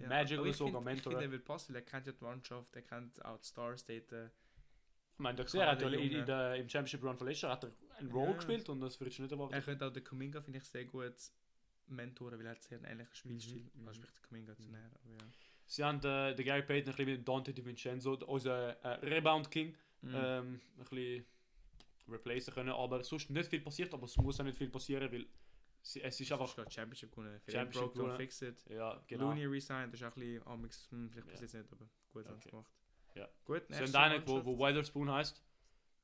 Speaker 1: Ja,
Speaker 2: Magic
Speaker 1: aber
Speaker 2: oder
Speaker 1: ich
Speaker 2: so,
Speaker 1: find- Ich
Speaker 2: gehen
Speaker 1: finde,
Speaker 2: mentoren.
Speaker 1: er will passen. Er kennt ja die Mannschaft, er kennt auch die Stars dort. äh,
Speaker 2: Ich meine, der Xer hat ja
Speaker 1: Kleiner
Speaker 2: in,
Speaker 1: Junge.
Speaker 2: in der, im Championship Run von letztes Jahr hat er einen Role
Speaker 1: Ja.
Speaker 2: gespielt und das würdest du nicht erwarten.
Speaker 1: Er könnte auch den Kuminga, finde ich, sehr gut mentoren, weil er hat sehr einen ähnlichen Spielstil.
Speaker 2: mhm.
Speaker 1: Also spricht der Kuminga zu
Speaker 2: Mhm.
Speaker 1: näher. Aber ja.
Speaker 2: Sie haben äh, den Gary Payton ein bisschen mit dem Dante DiVincenzo, d- unser äh, Rebound King,
Speaker 1: Mhm.
Speaker 2: ähm, ein bisschen replacen können. Aber sonst nicht viel passiert, aber es muss auch nicht viel passieren, weil sie, es ist
Speaker 1: Sonst
Speaker 2: einfach.
Speaker 1: gerade Championship gewonnen. Vielleicht
Speaker 2: Championship
Speaker 1: Broke, don't
Speaker 2: gewonnen.
Speaker 1: fix it.
Speaker 2: Ja,
Speaker 1: Genau.
Speaker 2: genau.
Speaker 1: Looney resigned, das ist auch ein bisschen amix, hm, vielleicht
Speaker 2: Ja.
Speaker 1: passiert es nicht, aber gut haben sie
Speaker 2: Okay.
Speaker 1: gemacht.
Speaker 2: Ja.
Speaker 1: Gut,
Speaker 2: Sie haben einen, wo, wo Weatherspoon heißt.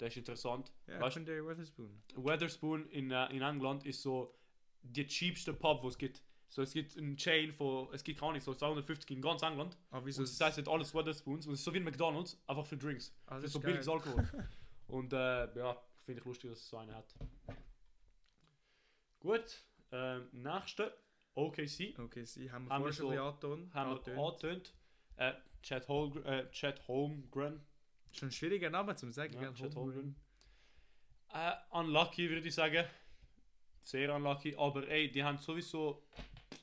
Speaker 2: Der ist interessant.
Speaker 1: Ja,
Speaker 2: weißt-
Speaker 1: Secondary Witherspoon.
Speaker 2: Weatherspoon in, äh, in England ist so die cheapste Pub, wo es gibt. So, es gibt einen Chain von, es gibt gar nicht, so 250 in ganz England.
Speaker 1: Aber Ah, wieso?
Speaker 2: Wieso das heißt jetzt alles Weatherspoons und es ist so wie ein McDonalds, einfach für Drinks.
Speaker 1: Ah, das
Speaker 2: für
Speaker 1: ist
Speaker 2: so
Speaker 1: geil.
Speaker 2: billiges Alkohol. und äh, ja, finde ich lustig, dass es so einen hat. Gut, ähm, nächste, OKC,
Speaker 1: Okay, sie haben wir
Speaker 2: Haben
Speaker 1: vorher
Speaker 2: wir
Speaker 1: schon ein bisschen
Speaker 2: haben wir
Speaker 1: angetönt.
Speaker 2: angetönt. Äh, Chad, Holgr äh, Chad Holmgren.
Speaker 1: Schon ein schwieriger Name zum sagen,
Speaker 2: Ja,
Speaker 1: gell?
Speaker 2: Chad
Speaker 1: Holmgren.
Speaker 2: Holmgren. Äh, unlucky würde ich sagen. Sehr unlucky, aber ey, die haben sowieso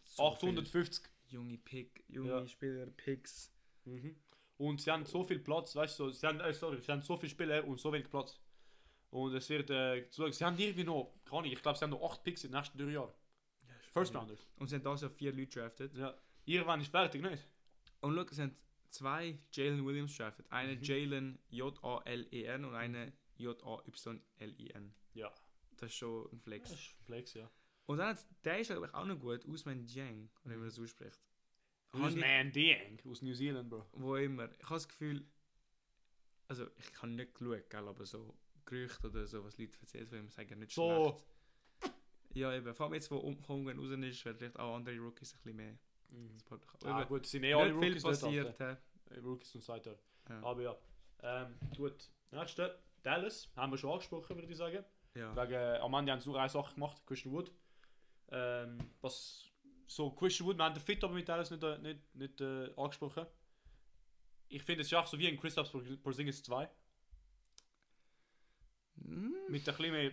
Speaker 1: So
Speaker 2: 850
Speaker 1: viel Junge Pick, junge
Speaker 2: Ja.
Speaker 1: Spieler, Picks.
Speaker 2: Mhm. Und sie haben so viel Platz, weißt du, so- sie haben, äh, sorry, sie haben so viel Spiele und so wenig Platz. Und es wird, äh, so- sie haben irgendwie noch, keine Ahnung, ich glaube, sie haben noch 8 Picks in den nächsten drei Jahren. First Rounders.
Speaker 1: Und sie haben da so vier Leute drafted.
Speaker 2: Ja. Irgendwann ist fertig, nicht?
Speaker 1: Und schau, es sind zwei Jalen Williams drafted. Eine
Speaker 2: Mhm.
Speaker 1: Jalen J-A-L-E-N E und eine J-A-Y-L-I-N.
Speaker 2: Ja.
Speaker 1: E Das ist schon ein
Speaker 2: Das
Speaker 1: Flex.
Speaker 2: ist Flex, ja.
Speaker 1: Und dann, hat's- der ist eigentlich auch noch gut, Usman Jang, wenn
Speaker 2: Mhm.
Speaker 1: man das ausspricht.
Speaker 2: Aus
Speaker 1: Handi-
Speaker 2: Man Dieng, aus New Zealand, Bro.
Speaker 1: Wo immer. Ich habe das Gefühl, also ich kann nicht schauen, gell, aber so Gerüchte oder so, was Leute erzählen von ihm, sagen nicht
Speaker 2: So.
Speaker 1: schlecht. Ja, eben. Vor allem jetzt, wo um- Homegrown raus ist, werden vielleicht auch andere Rookies ein bisschen mehr. Das Problem.
Speaker 2: Ja,
Speaker 1: Aber
Speaker 2: gut, es sind eh alle
Speaker 1: Mhm. eben, nicht
Speaker 2: Rookies
Speaker 1: viel passiert. hä?
Speaker 2: Dort, äh, Rookies und Seiter.
Speaker 1: Ja.
Speaker 2: Aber ja. Ähm, gut. Nächste, Dallas, haben wir schon angesprochen, würde ich sagen.
Speaker 1: Ja.
Speaker 2: Wegen äh, am Ende haben sie nur eine Sache gemacht, Christian Wood. Ähm, was so Christian Wood, wir haben den Fit aber mit alles nicht, äh, nicht, nicht äh, angesprochen. Ich finde es ist auch so wie in Christoph Porzingis 2.
Speaker 1: Hm.
Speaker 2: Mit ein bisschen mehr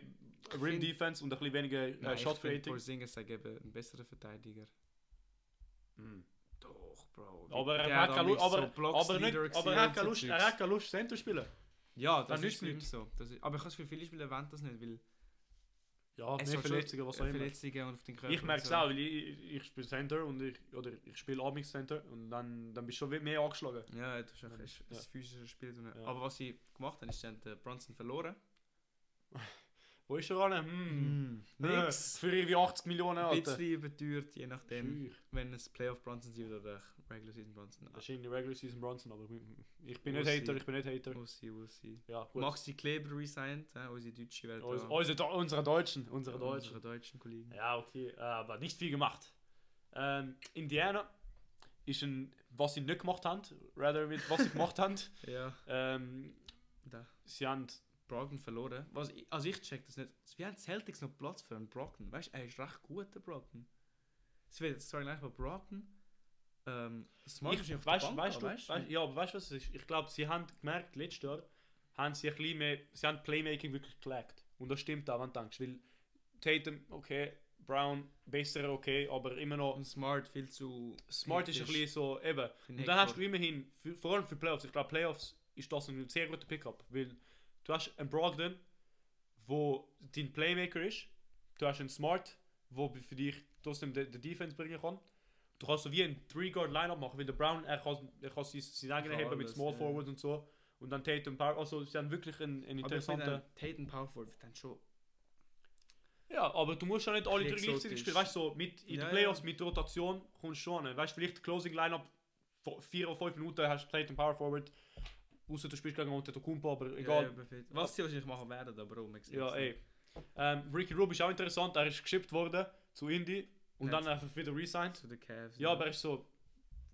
Speaker 2: Rim
Speaker 1: find-
Speaker 2: Defense und ein bisschen weniger äh,
Speaker 1: Nein, ich
Speaker 2: Shot
Speaker 1: finde,
Speaker 2: Creating.
Speaker 1: Porzingis sei eben ein besserer Verteidiger.
Speaker 2: Mhm.
Speaker 1: Doch, Bro.
Speaker 2: Aber er
Speaker 1: Der
Speaker 2: hat keine Lust,
Speaker 1: damals
Speaker 2: aber,
Speaker 1: so Blocks
Speaker 2: aber,
Speaker 1: Leader
Speaker 2: nicht, aber
Speaker 1: gewesen
Speaker 2: er hat
Speaker 1: und
Speaker 2: keine
Speaker 1: so
Speaker 2: Lust, er
Speaker 1: Zeugs.
Speaker 2: hat keine Lust, Center zu spielen.
Speaker 1: Ja,
Speaker 2: Dann
Speaker 1: das
Speaker 2: nützt
Speaker 1: ist nicht
Speaker 2: nichts.
Speaker 1: so. Das ist, aber ich habe für viele Spiele erwähnt das nicht, weil
Speaker 2: Ja,
Speaker 1: Es
Speaker 2: mehr
Speaker 1: hat schon
Speaker 2: Verletzungen, was auch immer.
Speaker 1: Verletzungen und auf den Körper.
Speaker 2: Ich merke es
Speaker 1: und so.
Speaker 2: auch, weil ich, ich, ich spiele Center und ich, oder ich spiele Amix Center und dann, dann bist du schon we- mehr angeschlagen.
Speaker 1: Ja, das ist ein,
Speaker 2: Ja.
Speaker 1: ist ein physisches Spiel. drin.
Speaker 2: Ja.
Speaker 1: Aber was sie gemacht haben, ist, sie haben den Bronson eh, verloren.
Speaker 2: Wo ist er ran? Hm.
Speaker 1: Nix.
Speaker 2: Für irgendwie 80 Millionen,
Speaker 1: Ein
Speaker 2: Alter.
Speaker 1: bisschen überteuert, je nachdem,
Speaker 2: Schüch.
Speaker 1: wenn es Playoff Bronson sind oder eh, Regular Season Ah, Bronson.
Speaker 2: Das ist irgendwie Regular Season Bronson, aber ich- ich bin nicht
Speaker 1: Muss
Speaker 2: Hater,
Speaker 1: sein.
Speaker 2: ich bin nicht Hater.
Speaker 1: Muss sie, muss sie.
Speaker 2: Ja, gut.
Speaker 1: Maxi Kleber resigned, äh, unsere deutsche Welt.
Speaker 2: Uns- unsere, unsere Deutschen, unsere Deutschen.
Speaker 1: Unsere deutschen Kollegen.
Speaker 2: Ja, okay, äh, aber nicht viel gemacht. Ähm, Indiana ist ein, was sie nicht gemacht haben, rather mit was sie gemacht haben.
Speaker 1: Ja,
Speaker 2: Ähm,
Speaker 1: da.
Speaker 2: sie haben,
Speaker 1: Brogdon verloren. Was ich, also ich check das nicht. Wir haben Celtics noch Platz für einen Brogdon. Weißt du, er ist recht gut, der Brogdon. Es wird jetzt sagen, gleich mal Brogdon. Ähm, Smart
Speaker 2: ich,
Speaker 1: ist auf der
Speaker 2: weißt,
Speaker 1: Bank,
Speaker 2: weißt du,
Speaker 1: aber weisst
Speaker 2: weißt, ja, aber weißt du was es ist? Ich glaube, sie haben gemerkt, letztes Jahr haben sie ein bisschen mehr, sie haben Playmaking wirklich gelegt. Und das stimmt auch, wenn du denkst, weil Tatum, okay, Brown, besser, okay, aber immer noch
Speaker 1: Und um Smart viel zu.
Speaker 2: Smart ist ein bisschen so, eben, Und dann hast du immerhin, für, vor allem für Playoffs, ich glaube Playoffs ist das ein sehr guter Pickup, weil du hast einen Brogdon, wo dein Playmaker ist, du hast einen Smart, wo für dich trotzdem die, die Defense bringen kann. Du kannst so wie ein Three-Guard-Lineup machen, weil der Brown, er kann, er kann sein, sein eigenes
Speaker 1: kann
Speaker 2: heben mit
Speaker 1: alles,
Speaker 2: Small
Speaker 1: ja.
Speaker 2: Forwards und so. Und dann Tatum Power, also sie haben wirklich einen, einen
Speaker 1: Aber ich finde,
Speaker 2: interessanten...
Speaker 1: dann Tatum Powerful wird dann schon.
Speaker 2: Ja, aber du musst ja nicht alle drei
Speaker 1: Bisschen
Speaker 2: gleichzeitig
Speaker 1: exotisch.
Speaker 2: spielen. Weißt du, so mit, in
Speaker 1: Ja,
Speaker 2: den
Speaker 1: ja.
Speaker 2: Playoffs mit Rotation kommst du schon. hin. Weißt du, vielleicht Closing Lineup vor vier oder fünf Minuten hast du Plate und Power Forward. Außer du spielst gegen unter Kumpo, aber
Speaker 1: Ja,
Speaker 2: egal.
Speaker 1: ja, perfekt. äh, was sie wahrscheinlich machen werden, aber warum? Ich sehe
Speaker 2: Ja,
Speaker 1: es nicht.
Speaker 2: ey. Ähm, Ricky Rubio ist auch interessant. Er ist geschippt worden zu Indy und
Speaker 1: Ja,
Speaker 2: dann einfach wieder resigned.
Speaker 1: Zu den Cavs. ne?
Speaker 2: Ja, aber er ist so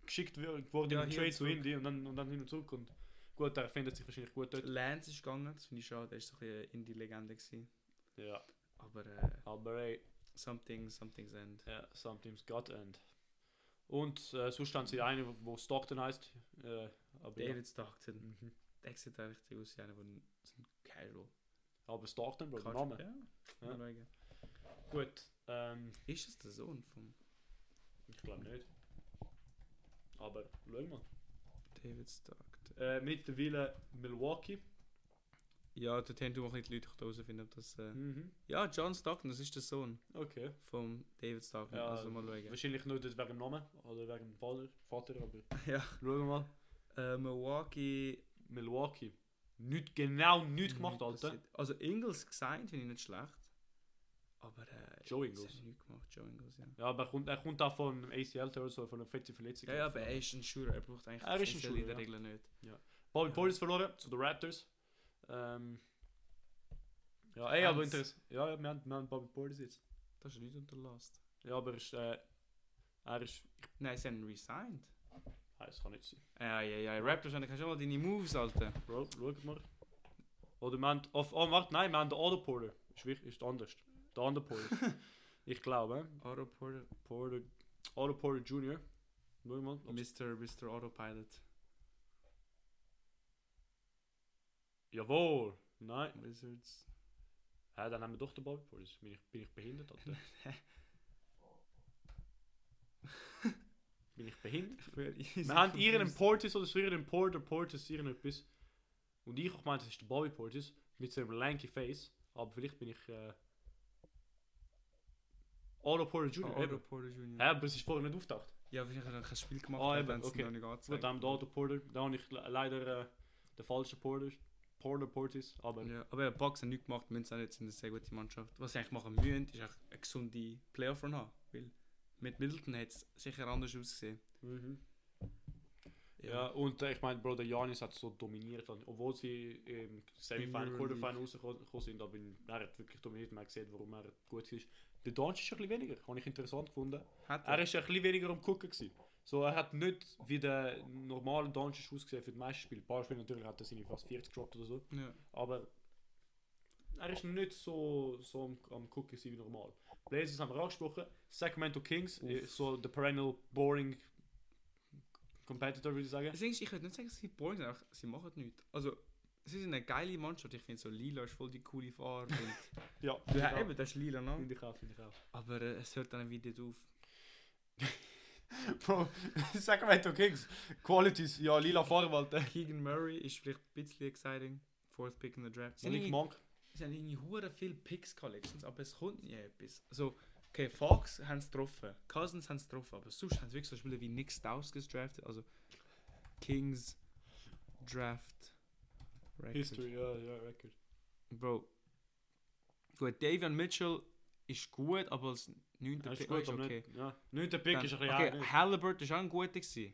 Speaker 2: geschickt worden
Speaker 1: Ja,
Speaker 2: im
Speaker 1: hin
Speaker 2: Trade
Speaker 1: und
Speaker 2: zu
Speaker 1: zurück.
Speaker 2: Indy und dann, und dann hin und zurück. Und gut, er findet sich wahrscheinlich gut dort.
Speaker 1: Lance ist gegangen, das finde ich schade. Er ist so ein bisschen eine Indie-Legende. gewesen.
Speaker 2: Ja,
Speaker 1: Aber äh,
Speaker 2: aber ey.
Speaker 1: something, something's end.
Speaker 2: Ja, sometimes God End. Und äh, sonst haben sie einen, wo- wo Stockton heißt. Äh, aber, ja. Mhm.
Speaker 1: David Stockton. Der sieht auch richtig aus wie einer, der so ein Casual
Speaker 2: aber Stockton, Bro, der
Speaker 1: Casual-
Speaker 2: Name.
Speaker 1: Ja,
Speaker 2: Ja.
Speaker 1: mal schauen.
Speaker 2: Gut. Ähm,
Speaker 1: Ist das der Sohn von
Speaker 2: ich glaube nicht. Aber schauen wir.
Speaker 1: David Stockton?
Speaker 2: Äh, mittlerweile Milwaukee.
Speaker 1: Ja, dort haben du auch nicht die Leute herausfinden, ob das. Äh
Speaker 2: Mhm.
Speaker 1: ja, John Stockton, das ist der Sohn
Speaker 2: Okay.
Speaker 1: von David Stockton.
Speaker 2: Ja,
Speaker 1: also mal schauen.
Speaker 2: Wahrscheinlich nicht wegen dem Namen oder wegen dem Vater, Vater aber
Speaker 1: ja.
Speaker 2: schauen wir mal.
Speaker 1: Äh, Milwaukee.
Speaker 2: Milwaukee. Nicht genau nichts gemacht,
Speaker 1: Nicht
Speaker 2: Alter.
Speaker 1: passiert. Also Ingles gesigned finde ich nicht schlecht. Aber äh,
Speaker 2: Joe
Speaker 1: das
Speaker 2: Ingles.
Speaker 1: hat nichts gemacht, Joe Ingles, ja.
Speaker 2: Ja, aber er kommt, er kommt auch von einem ACL oder so, von einer fetten Verletzung.
Speaker 1: Ja, ja, aber er ist ein Shooter, er braucht eigentlich
Speaker 2: Er ist ein
Speaker 1: Schüler in
Speaker 2: Ah, Shooter,
Speaker 1: der
Speaker 2: ja.
Speaker 1: Regel nicht.
Speaker 2: Bobby
Speaker 1: Ja.
Speaker 2: Portis verloren zu den Raptors. Ähm, ja, ey,
Speaker 1: Hans.
Speaker 2: aber interessant. Ja, ja, wir haben, wir haben Bobby Portis jetzt.
Speaker 1: Das ist nicht unterlasst.
Speaker 2: Ja, aber er ist, äh, er ist.
Speaker 1: Nein, sie haben resigned. Ah,
Speaker 2: Nein, das kann nicht sein.
Speaker 1: Ja, ja, ja, Raptors, haben kannst du auch mal deine Moves, Alter.
Speaker 2: Bro, schaut mal. Oder wir haben. Auf, oh, warte, nein, wir haben den Other Porter. Ist, wich- ist anders. Der andere Porter. ich glaube, äh,
Speaker 1: Auto Porter,
Speaker 2: Porter. Other Porter Jr. Schau mal. ob's-
Speaker 1: Mr. Mr. Autopilot.
Speaker 2: Jawohl! Nein.
Speaker 1: Wizards.
Speaker 2: Hä, dann haben wir doch den Bobby Portis. Bin ich, bin ich behindert, Alter? bin ich behindert? Wir haben ihren Portis oder früher den Porter, Portis, irgendetwas. Und ich habe gemeint, das ist der Bobby Portis mit seinem lanky Face. Aber vielleicht bin ich. Äh, Otto Porter Jr.
Speaker 1: Junior. Auto
Speaker 2: eben.
Speaker 1: Porter Junior.
Speaker 2: Hä, aber es ist vorher nicht auftaucht.
Speaker 1: Ja, wahrscheinlich hat er kein Spiel gemacht,
Speaker 2: Ah,
Speaker 1: oh,
Speaker 2: eben,
Speaker 1: wenn es
Speaker 2: okay.
Speaker 1: noch nicht
Speaker 2: Gut,
Speaker 1: angezeigt
Speaker 2: dann haben wir den Otto Porter. Da habe ich le- leider äh, den falschen Porter, Porter Portis. Aber
Speaker 1: Ja, aber ja, die Bucks haben nichts gemacht, Münzen sind jetzt eine sehr gute Mannschaft. Was sie eigentlich machen müssen, ist eigentlich eine gesunde Playoff-Run haben. Weil mit Middleton hätte es sicher anders ausgesehen.
Speaker 2: Mhm. Ja. und äh, ich meine, Bro, der Janis hat so dominiert, und obwohl sie im Semifinal,
Speaker 1: Euroleague.
Speaker 2: Quarterfinal rausgekommen gekommen sind, aber er hat wirklich dominiert, man hat gesehen, warum er gut ist. Der Doncic ist ein bisschen weniger, habe ich interessant gefunden.
Speaker 1: Hat
Speaker 2: Er
Speaker 1: er.
Speaker 2: ist ein bisschen weniger am Gucken gewesen. So, er hat nicht wie der normale Doncic ausgesehen für die meisten Spiele. Ein paar Spiele natürlich hat er seine fast 40 gedroppt oder so,
Speaker 1: Ja.
Speaker 2: aber er ist nicht so, so am, am Gucken gewesen wie normal. Blazers haben wir angesprochen, Sacramento Kings,
Speaker 1: Uff.
Speaker 2: äh, so der perennial boring competitor würde ich sagen.
Speaker 1: Das Ding ist, ich würde nicht sagen, sie boring sind, einfach, sie machen nichts. Also, sie sind eine geile Mannschaft. Ich finde so lila ist voll die coole Farbe. Und
Speaker 2: Ja,
Speaker 1: ja, eben, das ist lila, ne?
Speaker 2: Finde ich auch, finde ich auch.
Speaker 1: Aber äh, es hört dann wieder auf.
Speaker 2: Bro, Sacramento Kings, Qualities, ja, lila Farbe, Alter.
Speaker 1: Keegan Murray ist vielleicht ein bisschen exciting. Fourth Pick in the Draft. Sie haben
Speaker 2: Monique
Speaker 1: irgendwie-
Speaker 2: Monk.
Speaker 1: sie haben irgendwie hure viele Picks gehabt letztens, aber es kommt nie etwas. Also, okay, Fox haben es getroffen, Cousins haben es getroffen, aber sonst haben sie wirklich so Spieler wie Nick Stauskas drafted, also Kings Draft Record.
Speaker 2: History, ja, ja, Record.
Speaker 1: Bro. Gut, Davion Mitchell ist gut, aber als 9.
Speaker 2: Ja, Er ist
Speaker 1: Pick Ah,
Speaker 2: gut,
Speaker 1: ist
Speaker 2: aber
Speaker 1: okay.
Speaker 2: nicht. Ja. Neunter Pick
Speaker 1: Dann-
Speaker 2: ist ein bisschen
Speaker 1: okay,
Speaker 2: arg.
Speaker 1: Halliburton ist auch ein guter gewesen.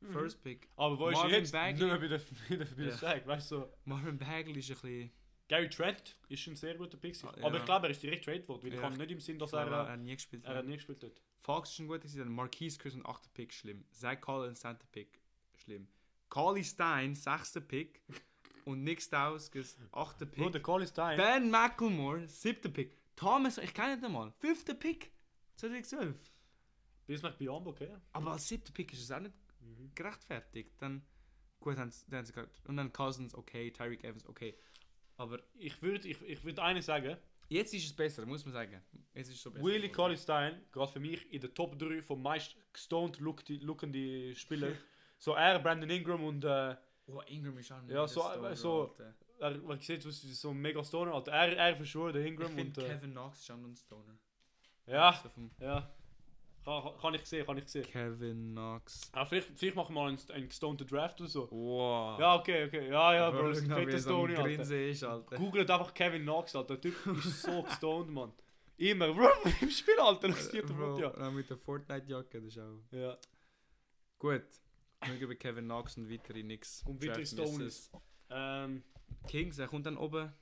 Speaker 2: Mhm.
Speaker 1: First Pick.
Speaker 2: Aber wo ist
Speaker 1: Marvin
Speaker 2: jetzt?
Speaker 1: Bagley.
Speaker 2: Nur bei der, bei der, bei der
Speaker 1: Ja.
Speaker 2: Sack, weißt du. So.
Speaker 1: Marvin Bagley ist ein bisschen...
Speaker 2: Gary Trent ist ein sehr guter Pick. gewesen.
Speaker 1: Ah,
Speaker 2: Aber
Speaker 1: ja.
Speaker 2: ich glaube, er ist direkt traded worden, weil
Speaker 1: Ja,
Speaker 2: ich kann nicht im Sinn, dass
Speaker 1: Ich glaube,
Speaker 2: er,
Speaker 1: er
Speaker 2: äh,
Speaker 1: hat nie gespielt.
Speaker 2: er hat nicht gespielt hat.
Speaker 1: Fox ist ein guter gewesen, dann Marquise Chris und 8. Pick, schlimm. Zach Collins, 10. Pick, schlimm. Carly Stein, 6. Pick. und Nick Stauskas, 8.
Speaker 2: Bro, der
Speaker 1: Pick.
Speaker 2: Call ist time.
Speaker 1: Ben McLemore, 7. Pick. Thomas, ich kenne ihn nicht mal, 5. Pick. 2012.
Speaker 2: Bis nach Biombo, okay?
Speaker 1: Aber als 7. Pick ist es auch nicht
Speaker 2: Mhm.
Speaker 1: gerechtfertigt. Dann, gut, dann, dann, und dann Cousins, okay, Tyreek Evans, okay. Aber
Speaker 2: Ich würde ich, ich würd eines sagen.
Speaker 1: jetzt ist es besser, muss man sagen. Jetzt ist es so besser.
Speaker 2: Willie
Speaker 1: geworden.
Speaker 2: Collie Stein geht für mich in der Top 3 von meist gestoned look- lookende Spieler. so er, Brandon Ingram und äh,
Speaker 1: Oh, Ingram ist auch ein
Speaker 2: Ja, so-
Speaker 1: Midstoner,
Speaker 2: so-
Speaker 1: Alter.
Speaker 2: er, man sieht aus wie so ein mega Stoner. Also er, er verschwört, der
Speaker 1: Ich
Speaker 2: Ingram und.
Speaker 1: finde,
Speaker 2: Äh,
Speaker 1: Kevin Knox ist auch noch ein Stoner.
Speaker 2: ja,
Speaker 1: So vom-
Speaker 2: ja. Kann, kann ich sehen, kann ich sehen.
Speaker 1: Kevin Knox.
Speaker 2: Aber vielleicht, vielleicht machen wir mal einen, einen gestonten Draft oder so.
Speaker 1: Wow.
Speaker 2: Ja, okay, okay. Ja, ja, Bro, das ist ein fetter Stoner, Alter.
Speaker 1: Grinsen ist, Alter.
Speaker 2: Googelt einfach Kevin Knox, Alter. Der Typ ist so gestoned, Mann. Immer, Bro, im Spiel, Alter, nach dem vierten
Speaker 1: Bro,
Speaker 2: Jahr.
Speaker 1: äh, mit der Fortnite-Jacke, das ist auch...
Speaker 2: Ja.
Speaker 1: Gut. Wir geben Kevin Knox und weitere nix.
Speaker 2: Und weitere
Speaker 1: Draft Misses.
Speaker 2: Stoners. Ähm,
Speaker 1: Kings, er kommt dann oben.